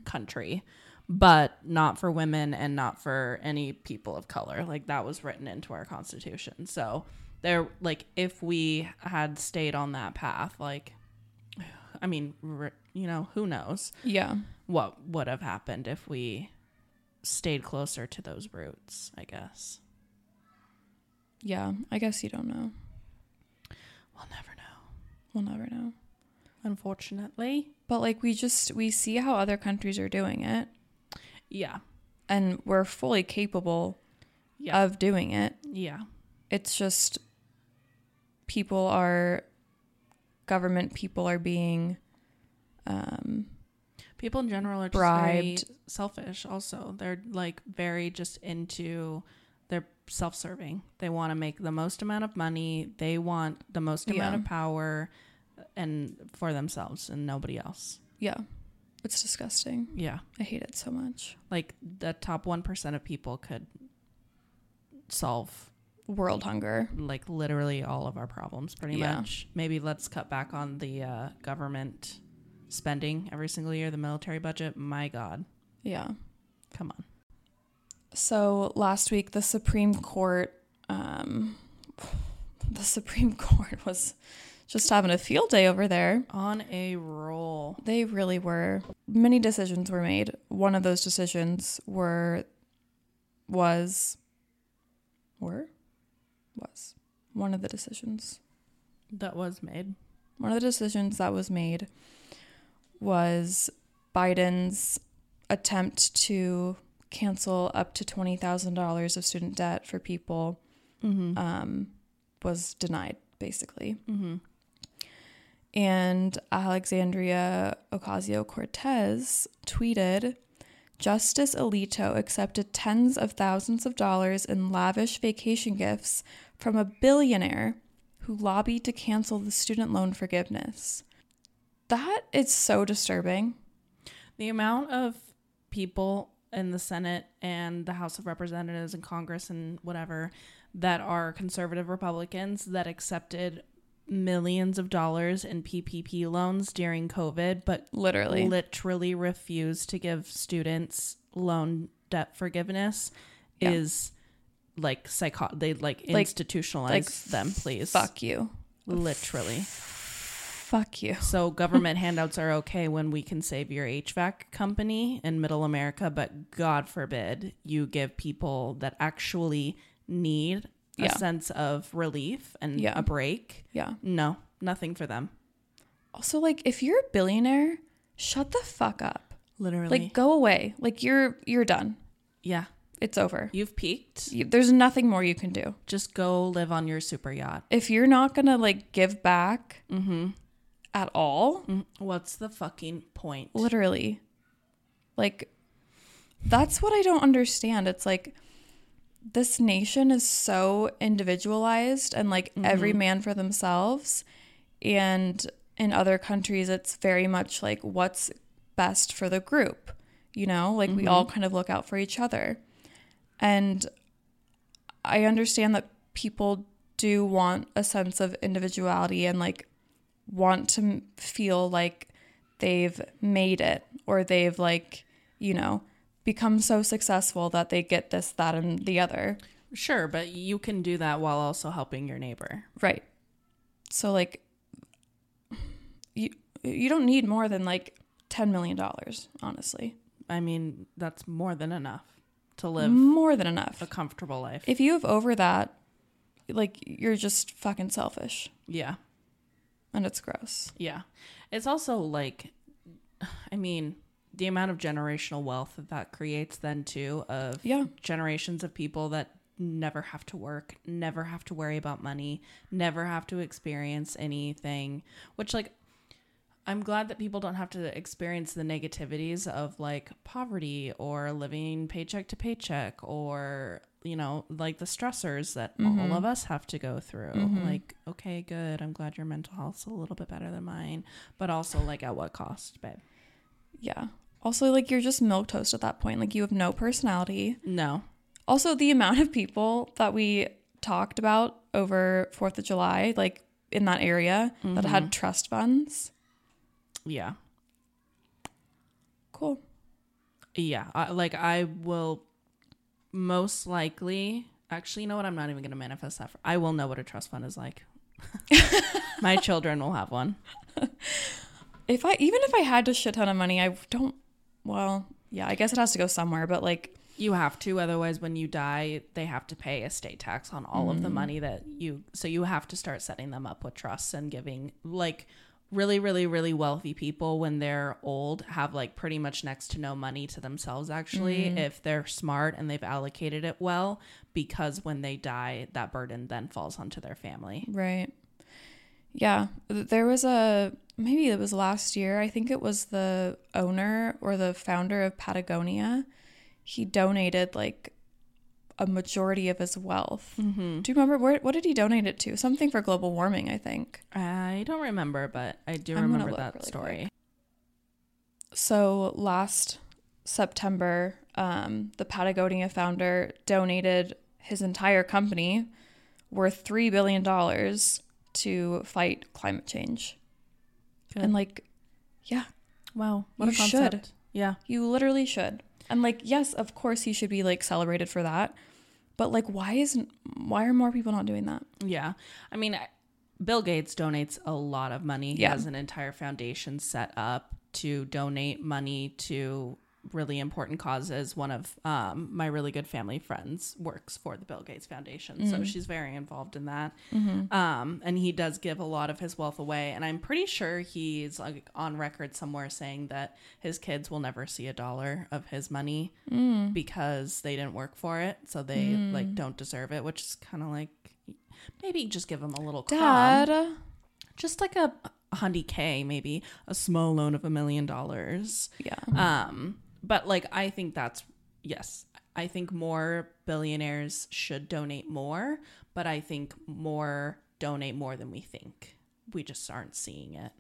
B: country, but not for women and not for any people of color. Like, that was written into our constitution. So, there, like, if we had stayed on that path, like, I mean, r- you know, who knows?
A: Yeah.
B: what would have happened if we stayed closer to those roots, I guess.
A: Yeah. I guess you don't know.
B: We'll never know.
A: We'll never know.
B: Unfortunately.
A: But like we just we see how other countries are doing it
B: Yeah.
A: and we're fully capable
B: Yeah.
A: of doing it.
B: Yeah.
A: It's just people are government people are being um
B: People in general are just
A: Bribed.
B: very selfish also. They're like very just into they're self-serving. They want to make the most amount of money. They want the most amount
A: Yeah.
B: of power uh, and for themselves and nobody else.
A: yeah. It's disgusting.
B: Yeah.
A: I hate it so much.
B: Like the top 1% of people could solve
A: World hunger.
B: like literally all of our problems pretty
A: Yeah.
B: much maybe let's cut back on the uh, government spending every single year the military budget my god
A: Yeah.
B: come on
A: So last week, the Supreme Court, um, [sighs] the Supreme [laughs] Court was just having a field day over there.
B: on a roll
A: They really were. Many decisions were made. One of those decisions were, was, were, was one of the decisions.
B: that was made
A: One of the decisions that was made was Biden's attempt to cancel up to $20,000 of student debt for people
B: mm-hmm.
A: um, was denied, basically.
B: mm-hmm.
A: And Alexandria Ocasio Cortez tweeted Justice Alito accepted tens of thousands of dollars in lavish vacation gifts from a billionaire who lobbied to cancel the student loan forgiveness. That is so disturbing.
B: the amount of people in the senate and the house of representatives and congress and whatever that are conservative republicans that accepted millions of dollars in ppp loans during covid but
A: Literally.
B: literally refuse to give students loan debt forgiveness
A: Yeah.
B: is like psycho they like,
A: Like-
B: institutionalize
A: like,
B: them please
A: Fuck you.
B: literally
A: Fuck you.
B: so government [laughs] handouts are okay when we can save your hvac company in middle america but god forbid you give people that actually need a
A: Yeah.
B: sense of relief and
A: Yeah.
B: a break
A: Yeah.
B: no nothing for them
A: Also, like, if you're a billionaire, shut the fuck up.
B: literally
A: Like, go away. Like, you're you're done.
B: yeah
A: It's over.
B: you've peaked
A: You, there's nothing more you can do.
B: just go live on your super yacht
A: If you're not gonna like give back at all,
B: What's the fucking point?
A: literally, like that's what I don't understand. It's like this nation is so individualized and like every man for themselves, and in other countries, it's very much like what's best for the group. You know, like we all kind of look out for each other, and I understand that people do want a sense of individuality and like want to m- feel like they've made it or they've like, you know, become so successful that they get this, that, and the other.
B: Sure, but you can do that while also helping your neighbor.
A: Right. So, like, you, you don't need more than like $10 million, honestly.
B: I mean, that's more than enough to live
A: More than enough.
B: a comfortable life.
A: If you have over that, like you're just fucking selfish
B: Yeah.
A: and it's gross.
B: Yeah. It's also like, [sighs] I mean, the amount of generational wealth that that creates, then too, of
A: Yeah.
B: generations of people that never have to work, never have to worry about money, never have to experience anything, which, like, I'm glad that people don't have to experience the negativities of like poverty or living paycheck to paycheck or, you know, like the stressors that all of us have to go through. Like, okay, good. I'm glad your mental health's a little bit better than mine, but also like at what cost, babe?
A: Yeah. Also like you're just milk toast at that point. Like you have no personality.
B: No.
A: Also the amount of people that we talked about over 4th of July like in that area that had trust funds.
B: Yeah.
A: Cool.
B: Yeah, I, like I will most likely. Actually, you know what? I'm not even going to manifest that. For, I will know what a trust fund is like. My children will have one.
A: If I even if I had a shit ton of money, I don't well, yeah, I guess it has to go somewhere, but like
B: You have to, otherwise, when you die, they have to pay estate tax on all of
A: Mm.
B: the money that you. So you have to start setting them up with trusts and giving like really, really, really wealthy people when they're old have like pretty much next to no money to themselves. Actually,
A: Mm.
B: if they're smart and they've allocated it well, because when they die, that burden then falls onto their family.
A: Right. Yeah. Th- There was a, maybe it was last year, I think it was the owner or the founder of Patagonia. He donated like a majority of his wealth. Do you remember where, what did he donate it to? Something for global warming, I think.
B: I don't remember, but I do
A: I'm gonna
B: remember
A: look
B: that
A: really
B: story.
A: So last September, um, the Patagonia founder donated his entire company worth $3 billion to fight climate change.
B: Good.
A: And like, yeah,
B: Wow, what a
A: You should.
B: concept! Yeah,
A: You literally should. And like, yes, of course he should be like celebrated for that. But like why isn't why are more people not doing that?
B: yeah. I mean, I- Bill Gates donates a lot of money. He
A: Yeah.
B: has an entire foundation set up to donate money to really important causes. One of um, my really good family friends works for the Bill Gates Foundation, so she's very involved in that. Um, and he does give a lot of his wealth away. And I'm pretty sure he's like on record somewhere saying that his kids will never see a dollar of his money because they didn't work for it, so they like don't deserve it. Which is kind of like maybe just give them a little calm,
A: Dad.
B: just like a hundred k, maybe a small loan of a million dollars.
A: Yeah.
B: Um, but like I think that's yes. I think more billionaires should donate more, but I think more donate more than we think. We just aren't seeing it.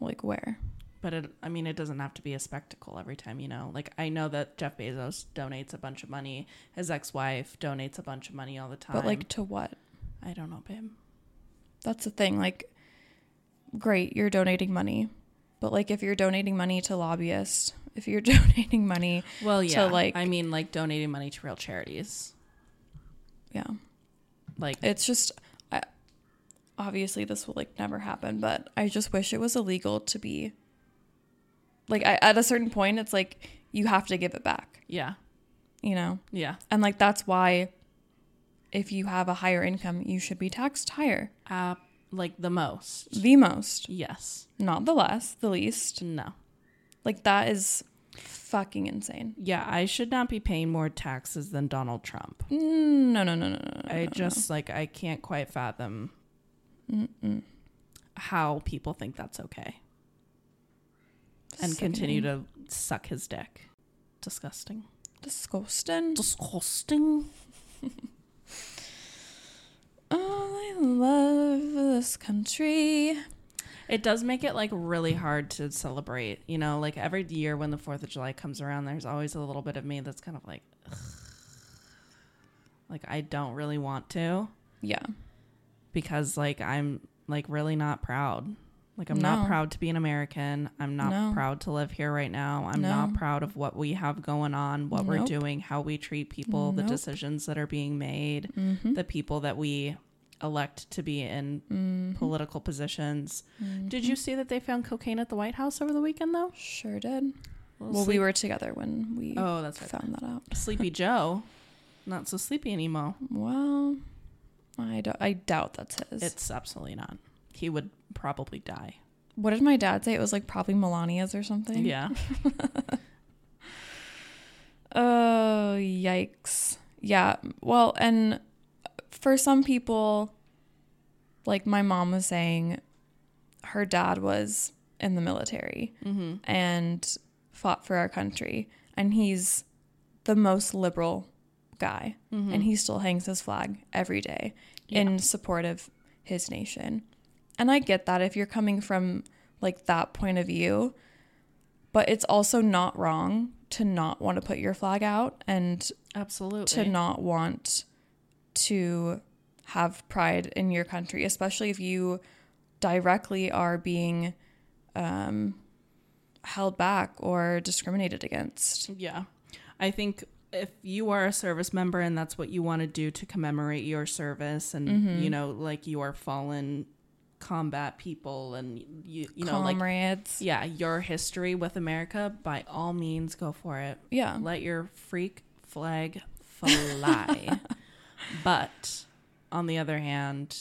A: Like where?
B: But it, I mean, it doesn't have to be a spectacle every time, you know. Like I know that Jeff Bezos donates a bunch of money. His ex-wife donates a bunch of money all the time.
A: But like to what?
B: I don't know, babe.
A: That's the thing. Like great, you're donating money. But like if you're donating money to lobbyists, if you're [laughs] donating money,
B: Well,
A: to,
B: yeah.
A: like-
B: I mean, like donating money to real charities.
A: yeah.
B: Like
A: It's just I, obviously this will like never happen, but I just wish it was illegal to be like I, at a certain point it's like you have to give it back,
B: yeah,
A: you know?
B: yeah,
A: And like that's why if you have a higher income, you should be taxed higher.
B: uh, like the most.
A: The most,
B: Yes.
A: not the less, the least.
B: No.
A: Like that is fucking insane.
B: Yeah, I should not be paying more taxes than Donald Trump.
A: Mm, No, no, no, no, no.
B: I just like I can't quite fathom how people think that's okay and continue to suck his dick. Disgusting.
A: disgusting.
B: Disgusting.
A: Oh, I love this country.
B: It does make it like really hard to celebrate. You know, like every year when the 4th of July comes around, there's always a little bit of me that's kind of like, "Ugh." like I don't really want to
A: Yeah.
B: because like I'm like really not proud. Like I'm
A: No.
B: not proud to be an American. I'm not
A: No.
B: proud to live here right now. I'm
A: No.
B: not proud of what we have going on, what we're
A: Nope.
B: doing, how we treat people, the
A: Nope.
B: decisions that are being made,
A: Mm-hmm.
B: the people that we elect to be in
A: Mm-hmm.
B: political positions. Did you see that they found cocaine at the White House over the weekend though?
A: Sure did. Well, we were together when we
B: Oh, that's right.
A: found that out.
B: Sleepy Joe Not so sleepy anymore.
A: Well, I, do- I doubt that's his.
B: It's absolutely not. He would probably die.
A: what did my dad say? It was like probably Melania's or something.
B: Yeah.
A: Oh, yikes. Yeah. Well, and for some people, like my mom was saying, her dad was in the military
B: Mm-hmm.
A: and fought for our country. And he's the most liberal guy.
B: Mhm.
A: And he still hangs his flag every day
B: Yeah.
A: in support of his nation. And I get that if you're coming from like that point of view, but it's also not wrong to not want to put your flag out and
B: Absolutely.
A: to not want to have pride in your country, especially if you directly are being um, held back or discriminated against.
B: Yeah. I think if you are a service member and that's what you want to do to commemorate your service and you know like your fallen combat people and you you know like
A: Comrades.
B: yeah, your history with America, by all means go for it.
A: yeah.
B: Let your freak flag fly. but on the other hand,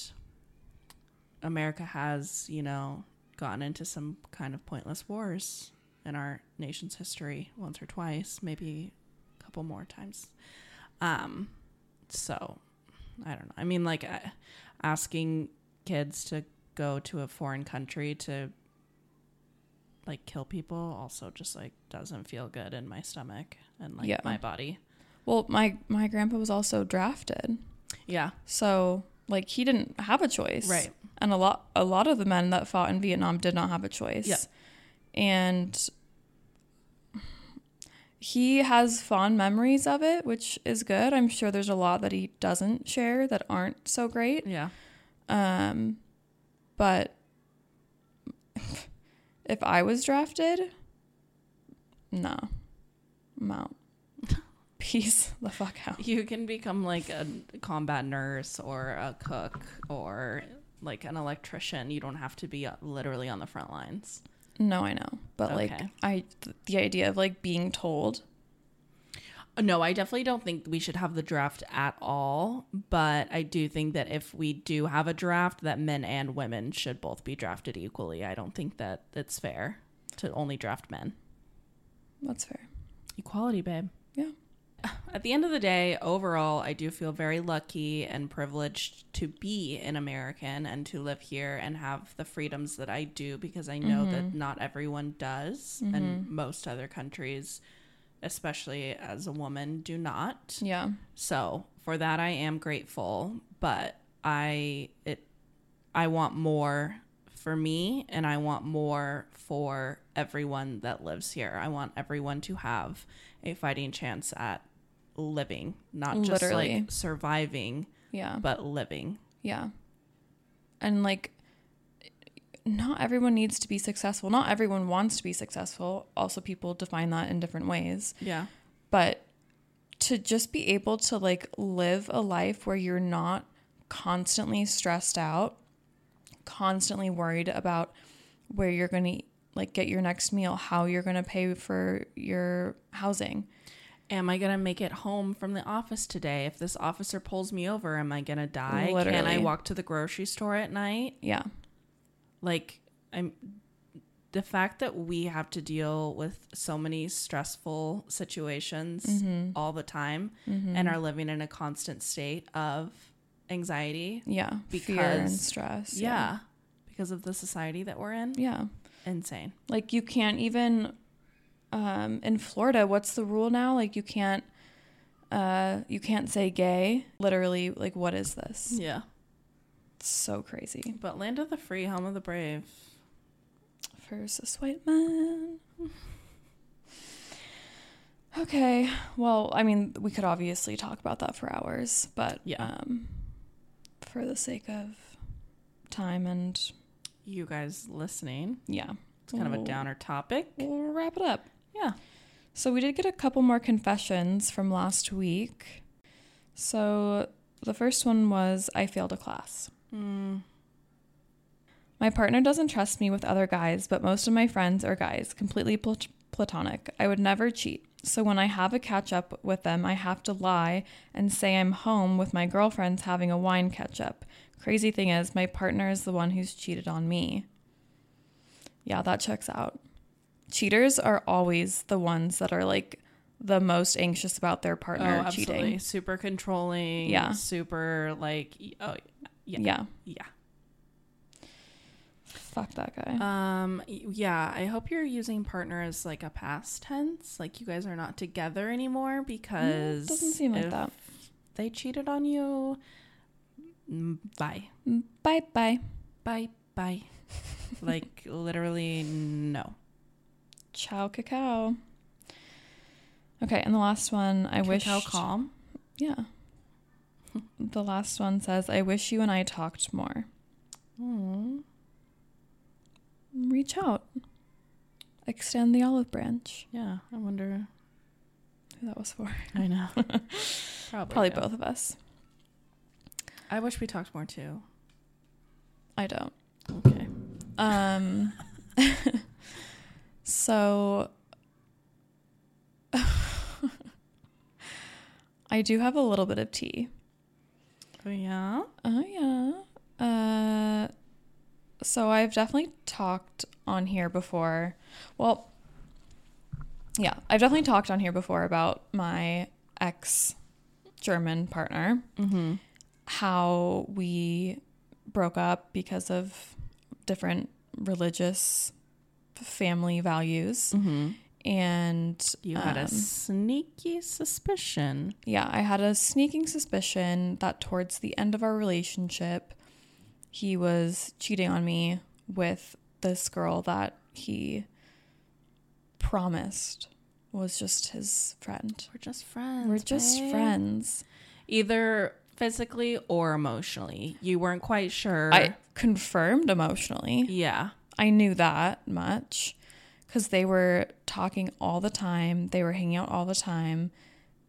B: America has, you know, gotten into some kind of pointless wars in our nation's history once or twice, maybe a couple more times. Um, so I don't know. I mean, like I- asking kids to go to a foreign country to like kill people also just like doesn't feel good in my stomach and like
A: Yeah.
B: my body.
A: Well, my, my grandpa was also drafted.
B: Yeah.
A: So like he didn't have a choice.
B: Right.
A: And a lot a lot of the men that fought in Vietnam did not have a choice.
B: Yeah.
A: And he has fond memories of it, which is good. I'm sure there's a lot that he doesn't share that aren't so great.
B: Yeah.
A: Um but [laughs] if I was drafted, no. I'm out. [laughs] Peace the fuck out.
B: You can become like a combat nurse or a cook or like an electrician. You don't have to be uh, literally on the front lines.
A: No, I know, but like
B: Okay.
A: I, th- the idea of like being told,
B: No, I definitely don't think we should have the draft at all, but I do think that if we do have a draft that men and women should both be drafted equally. I don't think that it's fair to only draft men.
A: that's fair.
B: Equality, babe.
A: Yeah.
B: At the end of the day, overall, I do feel very lucky and privileged to be an American and to live here and have the freedoms that I do because I know that not everyone does, and most other countries, especially as a woman, do not.
A: Yeah.
B: So for that, I am grateful, but I it I want more for me, and I want more for everyone that lives here. I want everyone to have a fighting chance at living, not just
A: Literally.
B: like surviving,
A: Yeah.
B: but living.
A: Yeah. And like, not everyone needs to be successful. Not everyone wants to be successful. Also, people define that in different ways.
B: Yeah,
A: But to just be able to like live a life where you're not constantly stressed out, constantly worried about where you're going to like get your next meal, how you're going to pay for your housing.
B: Am I gonna make it home from the office today? If this officer pulls me over, am I gonna die? Can I
A: Literally.
B: walk to the grocery store at night?
A: Yeah.
B: like i'm the fact that we have to deal with so many stressful situations
A: Mm-hmm.
B: all the time and are living in a constant state of anxiety
A: Yeah. fear and
B: Because-
A: stress.
B: yeah, because of the society that we're in
A: Yeah.
B: insane
A: Like you can't even um in Florida, what's the rule now? Like you can't uh you can't say gay. Literally, like what is this?
B: yeah
A: It's so crazy.
B: but land of the free home of the brave
A: For cis white man. Okay. Well, I mean, we could obviously talk about that for hours, but
B: Yeah.
A: um for the sake of time and
B: you guys listening
A: yeah.
B: it's kind of a
A: Ooh. Mm.
B: downer topic
A: We'll wrap it up.
B: yeah
A: So we did get a couple more confessions from last week. So the first one was I failed a class.
B: mm,
A: My partner doesn't trust me with other guys, but most of my friends are guys, completely plat- platonic. I would never cheat. So when I have a catch up with them, I have to lie and say I'm home with my girlfriends having a wine catch up. Crazy thing is, my partner is the one who's cheated on me. Yeah, that checks out. Cheaters are always the ones that are like the most anxious about their partner cheating.
B: Oh, Super controlling.
A: Yeah.
B: Super like y- oh yeah.
A: Yeah.
B: Yeah.
A: Fuck that guy.
B: Um y- yeah, I hope you're using partner as like a past tense, like you guys are not together anymore because
A: Mm, Doesn't seem like
B: if
A: that.
B: They cheated on you. mm, Bye.
A: Bye bye.
B: Bye
A: [laughs]
B: bye. like literally no.
A: Ciao cacao. Okay, and the last one I wish
B: Cacao calm.
A: Yeah. The last one says, I wish you and I talked more.
B: Mm-hmm.
A: Reach out. Extend the olive branch.
B: Yeah, I
A: [laughs]
B: wonder.
A: Who that was for.
B: I know. Probably,
A: Probably
B: yeah.
A: both of us.
B: I wish we talked more too.
A: I don't.
B: Okay.
A: Um [laughs] so [laughs] I do have a little bit of tea.
B: Oh yeah.
A: Oh yeah. Uh, so I've definitely talked on here before. Well, yeah, I've definitely talked on here before about my ex German partner,
B: Mm-hmm.
A: how we broke up because of different religious family values
B: Mm-hmm.
A: and
B: You had
A: um,
B: a sneaky suspicion.
A: yeah, I had a sneaking suspicion that towards the end of our relationship, he was cheating on me with this girl that he promised was just his friend.
B: We're just friends.
A: We're just
B: babe.
A: friends.
B: Either physically or emotionally. You weren't quite sure.
A: I confirmed emotionally.
B: yeah.
A: I knew that much because they were talking all the time, they were hanging out all the time.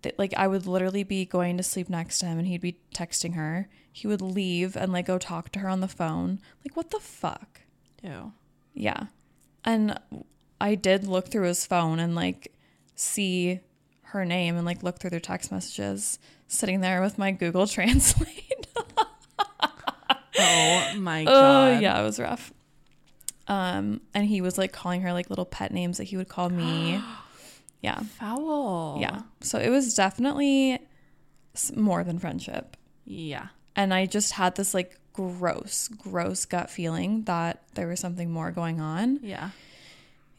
A: that like I would literally be going to sleep next to him and he'd be texting her. He would leave and like go talk to her on the phone. Like what the fuck? Oh
B: Ew.
A: Yeah. And I did look through his phone and like see her name and like look through their text messages sitting there with my Google [laughs] Translate.
B: Oh my
A: [laughs] Oh
B: god.
A: yeah, it was rough. Um and he was like calling her like little pet names that he would
B: [gasps]
A: call me. yeah.
B: Foul.
A: Yeah. So it was definitely s- more than friendship.
B: Yeah.
A: and I just had this like gross, gross gut feeling that there was something more going on.
B: Yeah.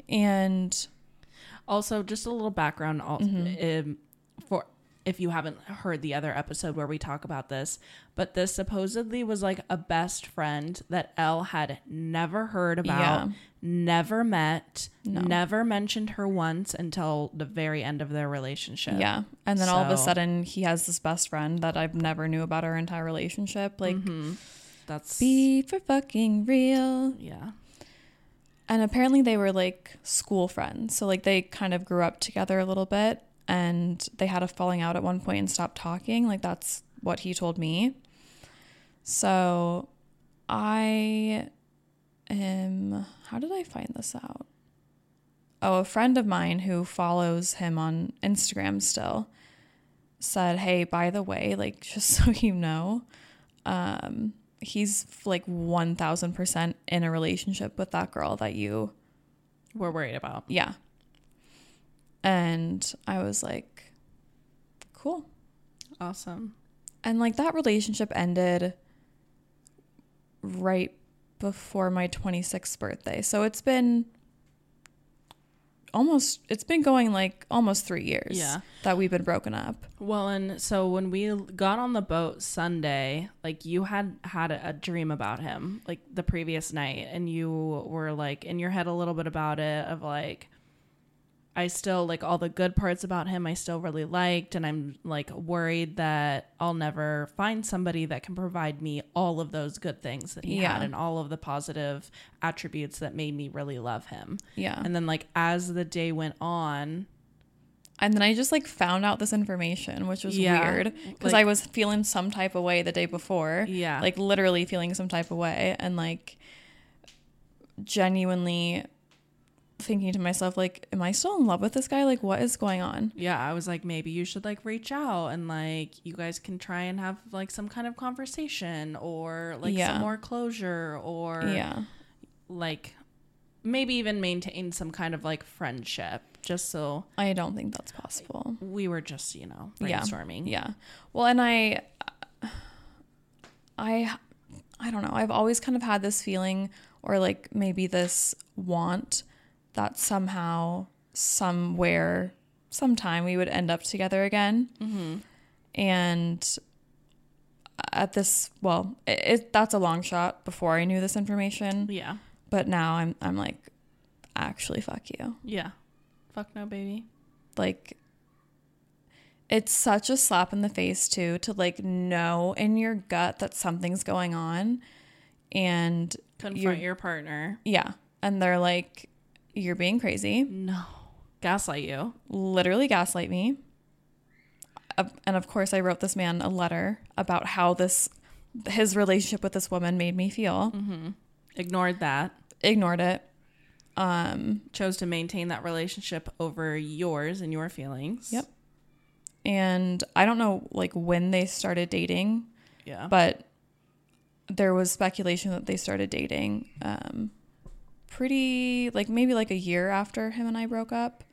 A: And
B: Also, just a little background al-
A: Mm-hmm.
B: um, for if you haven't heard the other episode where we talk about this, but this supposedly was like a best friend that Elle had never heard about,
A: Yeah.
B: never met, never mentioned her once until the very end of their relationship.
A: yeah, and then all of a
B: So-
A: sudden he has this best friend that I've never knew about our entire relationship.
B: Mm.
A: Like,
B: That's
A: Mm-hmm. be for fucking real.
B: yeah.
A: And apparently they were like school friends. So like they kind of grew up together a little bit and they had a falling out at one point and stopped talking. Like that's what he told me. So I am how did I find this out? Oh, a friend of mine who follows him on Instagram still said, "Hey, by the way, like [laughs] just so you know, um, he's like one thousand percent in a relationship with that girl that you,
B: We're worried about.
A: yeah." And I was like, "Cool."
B: Awesome.
A: And like that relationship ended right before my twenty sixth birthday, so it's been almost it's been going like almost three years
B: Yeah.
A: that we've been broken up.
B: Well, and so when we l- got on the boat Sunday, like you had had a a dream about him, like the previous night, and you were like in your head a little bit about it, of like, I still like all the good parts about him, I still really liked, and I'm like worried that I'll never find somebody that can provide me all of those good things that he
A: Yeah.
B: had and all of the positive attributes that made me really love him.
A: Yeah.
B: And then, like, as the day went on,
A: And then I just like found out this information, which was
B: Yeah.
A: weird because
B: Like-
A: I was feeling some type of way the day before.
B: Yeah.
A: Like literally feeling some type of way and like genuinely thinking to myself, like, am I still in love with this guy? Like, what is going on?
B: Yeah, I was like, maybe you should like reach out and like you guys can try and have like some kind of conversation or like
A: Yeah.
B: some more closure or
A: Yeah.
B: like maybe even maintain some kind of like friendship just so
A: I don't think that's possible.
B: we were just, you know,
A: Yeah.
B: brainstorming.
A: Yeah. Well, and I, I, I don't know. I've always kind of had this feeling, or like maybe this want, that somehow, somewhere, sometime we would end up together again. And at this, well, it, it, that's a long shot. Before I knew this information,
B: Yeah.
A: but now I'm, I'm like, actually, fuck you.
B: Yeah. Fuck no, baby.
A: like it's such a slap in the face too to like know in your gut that something's going on and
B: Confront
A: You're-
B: your partner.
A: yeah and they're like you're being crazy
B: No. Gaslight you.
A: literally gaslight me Uh, and of course i wrote this man a letter about how this his relationship with this woman made me feel
B: Ignored that.
A: ignored it um
B: Chose to maintain that relationship over yours and your feelings.
A: Yep. and i don't know like when they started dating
B: Yeah.
A: but there was speculation that they started dating um, pretty like maybe like a year after him and I broke up.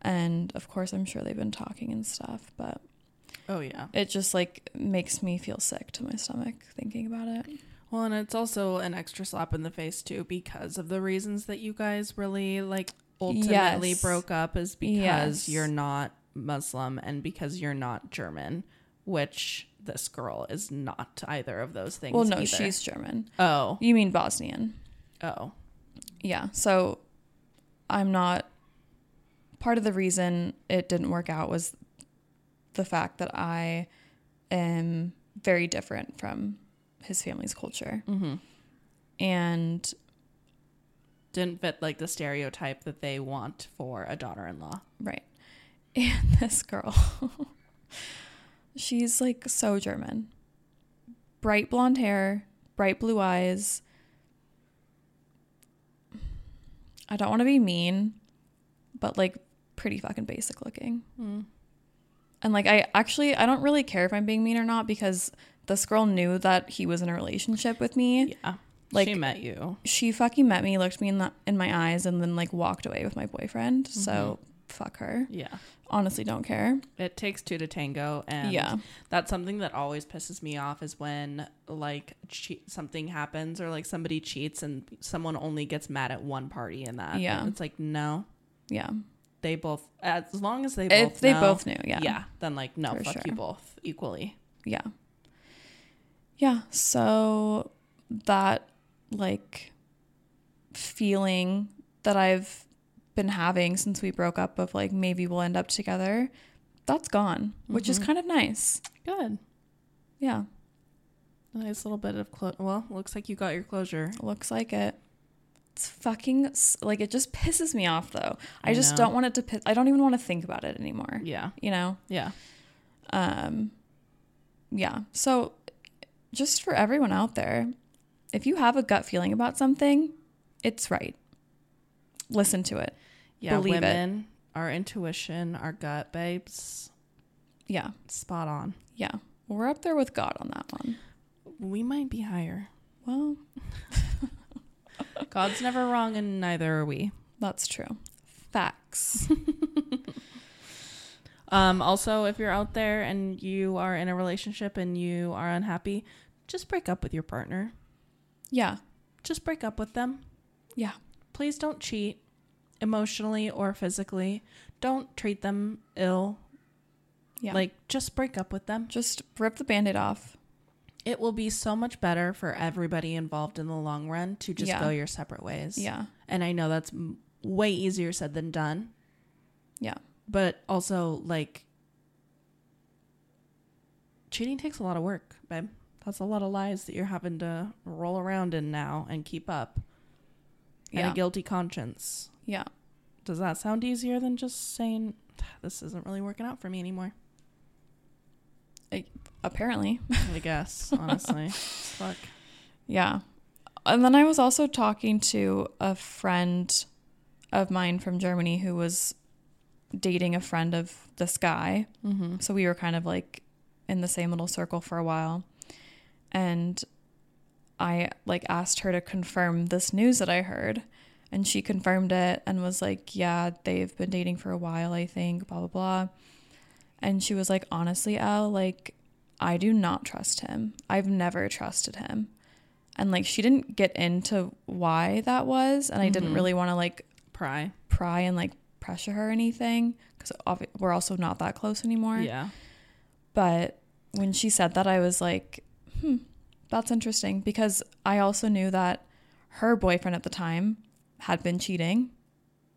A: And of course, I'm sure they've been talking and stuff, but
B: oh yeah.
A: it just like makes me feel sick to my stomach thinking about it.
B: Well, and it's also an extra slap in the face too because of the reasons that you guys really like ultimately
A: Yes.
B: broke up is because
A: Yes.
B: you're not Muslim and because you're not German, which this girl is not either of those things.
A: Well, no,
B: either.
A: she's German.
B: oh
A: You mean Bosnian?
B: oh
A: Yeah. So I'm not. Part of the reason it didn't work out was the fact that I am very different from his family's culture.
B: mm-hmm.
A: And
B: didn't fit like the stereotype that they want for a daughter-in-law.
A: right. [laughs] And this girl, [laughs] she's like so German. Bright blonde hair, bright blue eyes. I don't want to be mean, but like pretty fucking basic looking. And like I actually I don't really care if I'm being mean or not because this girl knew that he was in a relationship with me.
B: Yeah,
A: Like-
B: she met you.
A: She fucking met me, looked me in the in my eyes and then like walked away with my boyfriend. So
B: Mm-hmm.
A: fuck her.
B: Yeah,
A: Honestly don't care.
B: it takes two to tango, and
A: yeah.
B: That's something that always pisses me off is when like che- something happens or like somebody cheats and someone only gets mad at one party in that.
A: Yeah.
B: it's like no,
A: Yeah.
B: they both as long as they both
A: If they
B: know,
A: both knew, yeah.
B: yeah. then like no
A: For
B: fuck you
A: sure.
B: both equally.
A: Yeah. Yeah, so that like feeling that I've been having since we broke up of like maybe we'll end up together, that's gone, which
B: Mm-hmm.
A: is kind of nice.
B: Good.
A: Yeah,
B: A nice little bit of clo- well, looks like you got your closure.
A: looks like it. It's fucking s- like it just pisses me off though. I,
B: I
A: just
B: know.
A: don't want it to piss I don't even want to think about it anymore.
B: Yeah.
A: You know?
B: Yeah.
A: um yeah so just for everyone out there if you have a gut feeling about something it's right listen to it
B: Yeah,
A: Believe it.
B: women, our intuition, our gut, babes,
A: yeah
B: spot on.
A: yeah we're up there with god on that one
B: We might be
A: [laughs]
B: higher.
A: well
B: God's never wrong and neither are we.
A: that's true facts
B: Um, also, if you're out there and you are in a relationship and you are unhappy, just break up with your partner.
A: yeah
B: Just break up with them.
A: yeah
B: Please don't cheat emotionally or physically. Don't treat them ill.
A: yeah
B: Like, just break up with them.
A: just rip the band-aid off
B: It will be so much better for everybody involved in the long run to just
A: Yeah.
B: go your separate ways.
A: yeah
B: And I know that's m- way easier said than done,
A: yeah
B: but also, like, cheating takes a lot of work, babe. That's a lot of lies that you're having to roll around in now and keep up. And
A: yeah
B: a guilty conscience.
A: yeah
B: Does that sound easier than just saying, "Ah, this isn't really working out for me
A: [laughs]
B: anymore?
A: apparently
B: I guess, honestly. Fuck.
A: Yeah. And then I was also talking to a friend of mine from Germany who was dating a friend of this guy.
B: Mm-hmm.
A: So we were kind of like in the same little circle for a while. And I like asked her to confirm this news that I heard. And she confirmed it and was like, Yeah, they've been dating for a while, I think, blah, blah, blah. And she was like, Honestly, Elle, like, I do not trust him. I've never trusted him. And like, she didn't get into why that was. And I didn't
B: Mhm.
A: really want to like
B: Pry.
A: pry and like pressure her or anything because we're also not that close anymore.
B: Yeah.
A: But when she said that, I was like, hmm, that's interesting because I also knew that her boyfriend at the time had been cheating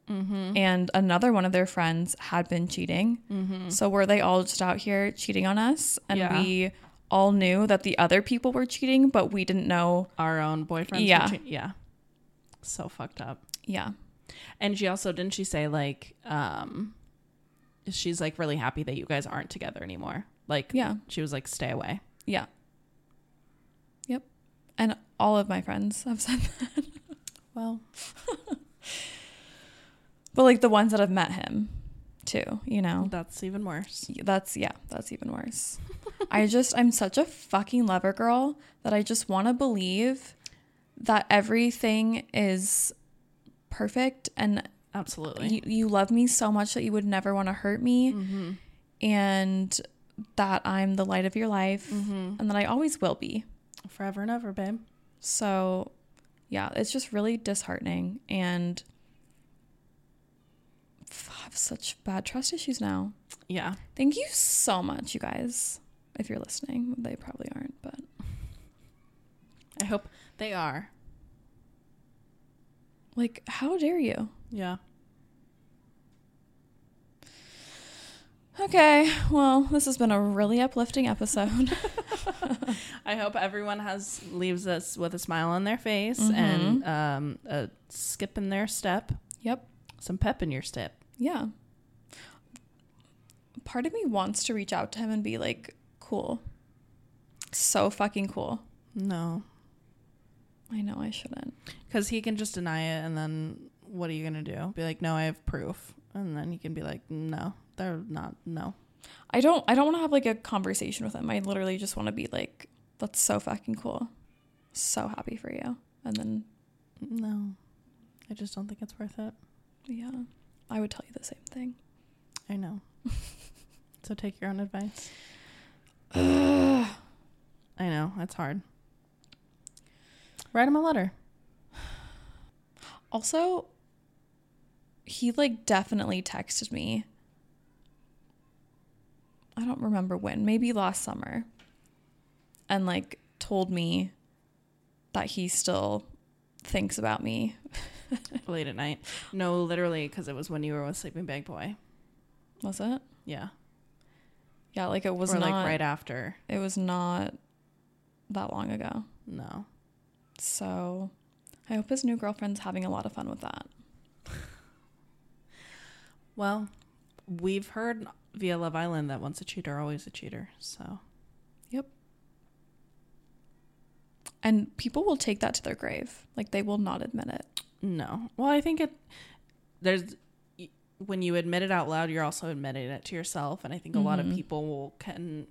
B: Mm-hmm.
A: and another one of their friends had been cheating.
B: Mm-hmm.
A: So were they all just out here cheating on us? And
B: Yeah.
A: we all knew that the other people were cheating, but we didn't know.
B: Our own boyfriends.
A: Yeah.
B: between- yeah. So fucked up.
A: Yeah.
B: And she also didn't she say like um she's like really happy that you guys aren't together anymore. Like
A: Yeah.
B: she was like stay away.
A: Yeah. Yep. And all of my friends have said [laughs] that.
B: Well,
A: But like the ones that have met him too, you know.
B: that's even worse.
A: That's yeah, that's even worse. I just I'm such a fucking lover girl that I just want to believe that everything is perfect and
B: Absolutely.
A: you, you love me so much that you would never want to hurt me
B: Mm-hmm.
A: and that I'm the light of your life
B: Mm-hmm.
A: and that I always will be.
B: Forever and ever, babe.
A: So, yeah, it's just really disheartening and f- I have such bad trust issues now.
B: Yeah.
A: Thank you so much, you guys. If you're listening, they probably aren't, but
B: I hope they are.
A: like, how dare you?
B: Yeah.
A: Okay, well, this has been a really uplifting episode. [laughs]
B: I hope everyone has leaves us with a smile on their face and um, a skip in their step,
A: yep.
B: some pep in your step.
A: Yeah. Part of me wants to reach out to him and be like, cool. So fucking cool.
B: No,
A: I know I shouldn't.
B: because he can just deny it, and then what are you gonna do? Be like, no, I have proof, and then he can be like, no, they're not. No.
A: I don't I don't want to have like a conversation with him. I literally just want to be like, that's so fucking cool. So happy for you. And then
B: No, I just don't think it's worth it.
A: yeah, I would tell you the same thing. [sighs]
B: I [laughs] know. so take your own advice. I know it's hard. Write him a letter.
A: Also, he like definitely texted me. I don't remember when, maybe last summer. And like told me that he still thinks about me.
B: [laughs] late at night. No, literally, because it was when you were with Sleeping Bag Boy.
A: Was it?
B: Yeah,
A: Yeah, like it was
B: or
A: not
B: like right after.
A: it was not that long ago.
B: No,
A: So I hope his new girlfriend's having a lot of fun with that.
B: well, we've heard via Love Island that once a cheater, always a cheater. So
A: And people will take that to their grave. Like they will not admit it.
B: no. Well, I think it there's when you admit it out loud, you're also admitting it to yourself, and I think a lot of
A: Mhm.
B: people will can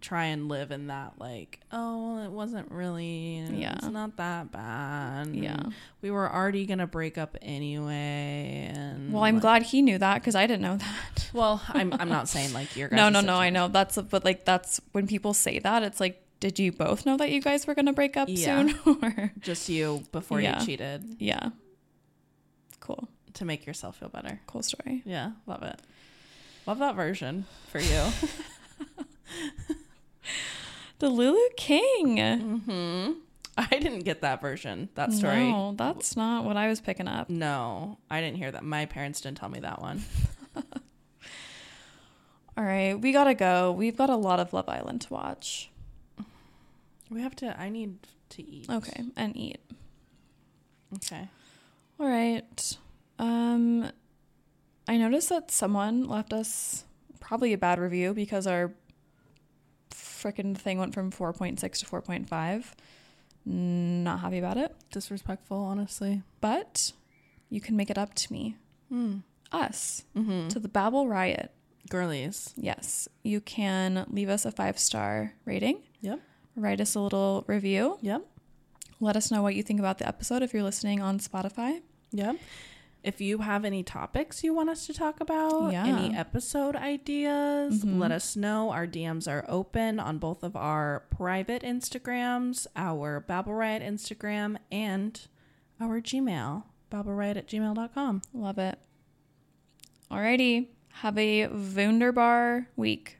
B: try and live in that like, oh, it wasn't really,
A: Yeah.
B: it's not that bad.
A: Yeah.
B: we were already gonna break up anyway. And
A: Well, I'm
B: like-
A: glad he knew that because I didn't know that.
B: Well, [laughs] I'm I'm not saying like your guys.
A: [laughs] no, no, no. I know that's, but like that's when people say that, it's like, did you both know that you guys were gonna break up
B: Yeah.
A: soon? [laughs] or
B: Just you before
A: Yeah.
B: you cheated
A: yeah, cool,
B: to make yourself feel better.
A: cool story.
B: Yeah, love it. Love that version for you.
A: The Lulu King
B: mm-hmm. I didn't get that version. That story. No.
A: No, that's not what I was picking up.
B: I didn't hear that. My parents didn't tell me that one.
A: All right, we gotta go. We've got a lot of Love Island to watch.
B: We have to. I need to eat.
A: Okay, and eat.
B: Okay.
A: All right. Um, I noticed that someone left us probably a bad review because our frickin' thing went from 4.6 to 4.5. Not happy about it.
B: Disrespectful, honestly.
A: But You can make it up to me.
B: Hmm.
A: Us
B: Mm-hmm.
A: to the Babel Riot.
B: Girlies.
A: Yes. You can leave us a five star rating.
B: Yep.
A: Write us a little review.
B: Yep.
A: Let us know what you think about the episode if you're listening on Spotify.
B: Yep. If you have any topics you want us to talk about,
A: Yeah.
B: any episode ideas,
A: Mhm.
B: let us know. Our DMs are open on both of our private Instagrams, our Babble Riot Instagram, and our Gmail, babbleriot at gmail.com.
A: Love it. Alrighty. Have a wunderbar week.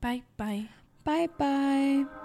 B: Bye bye.
A: Bye bye.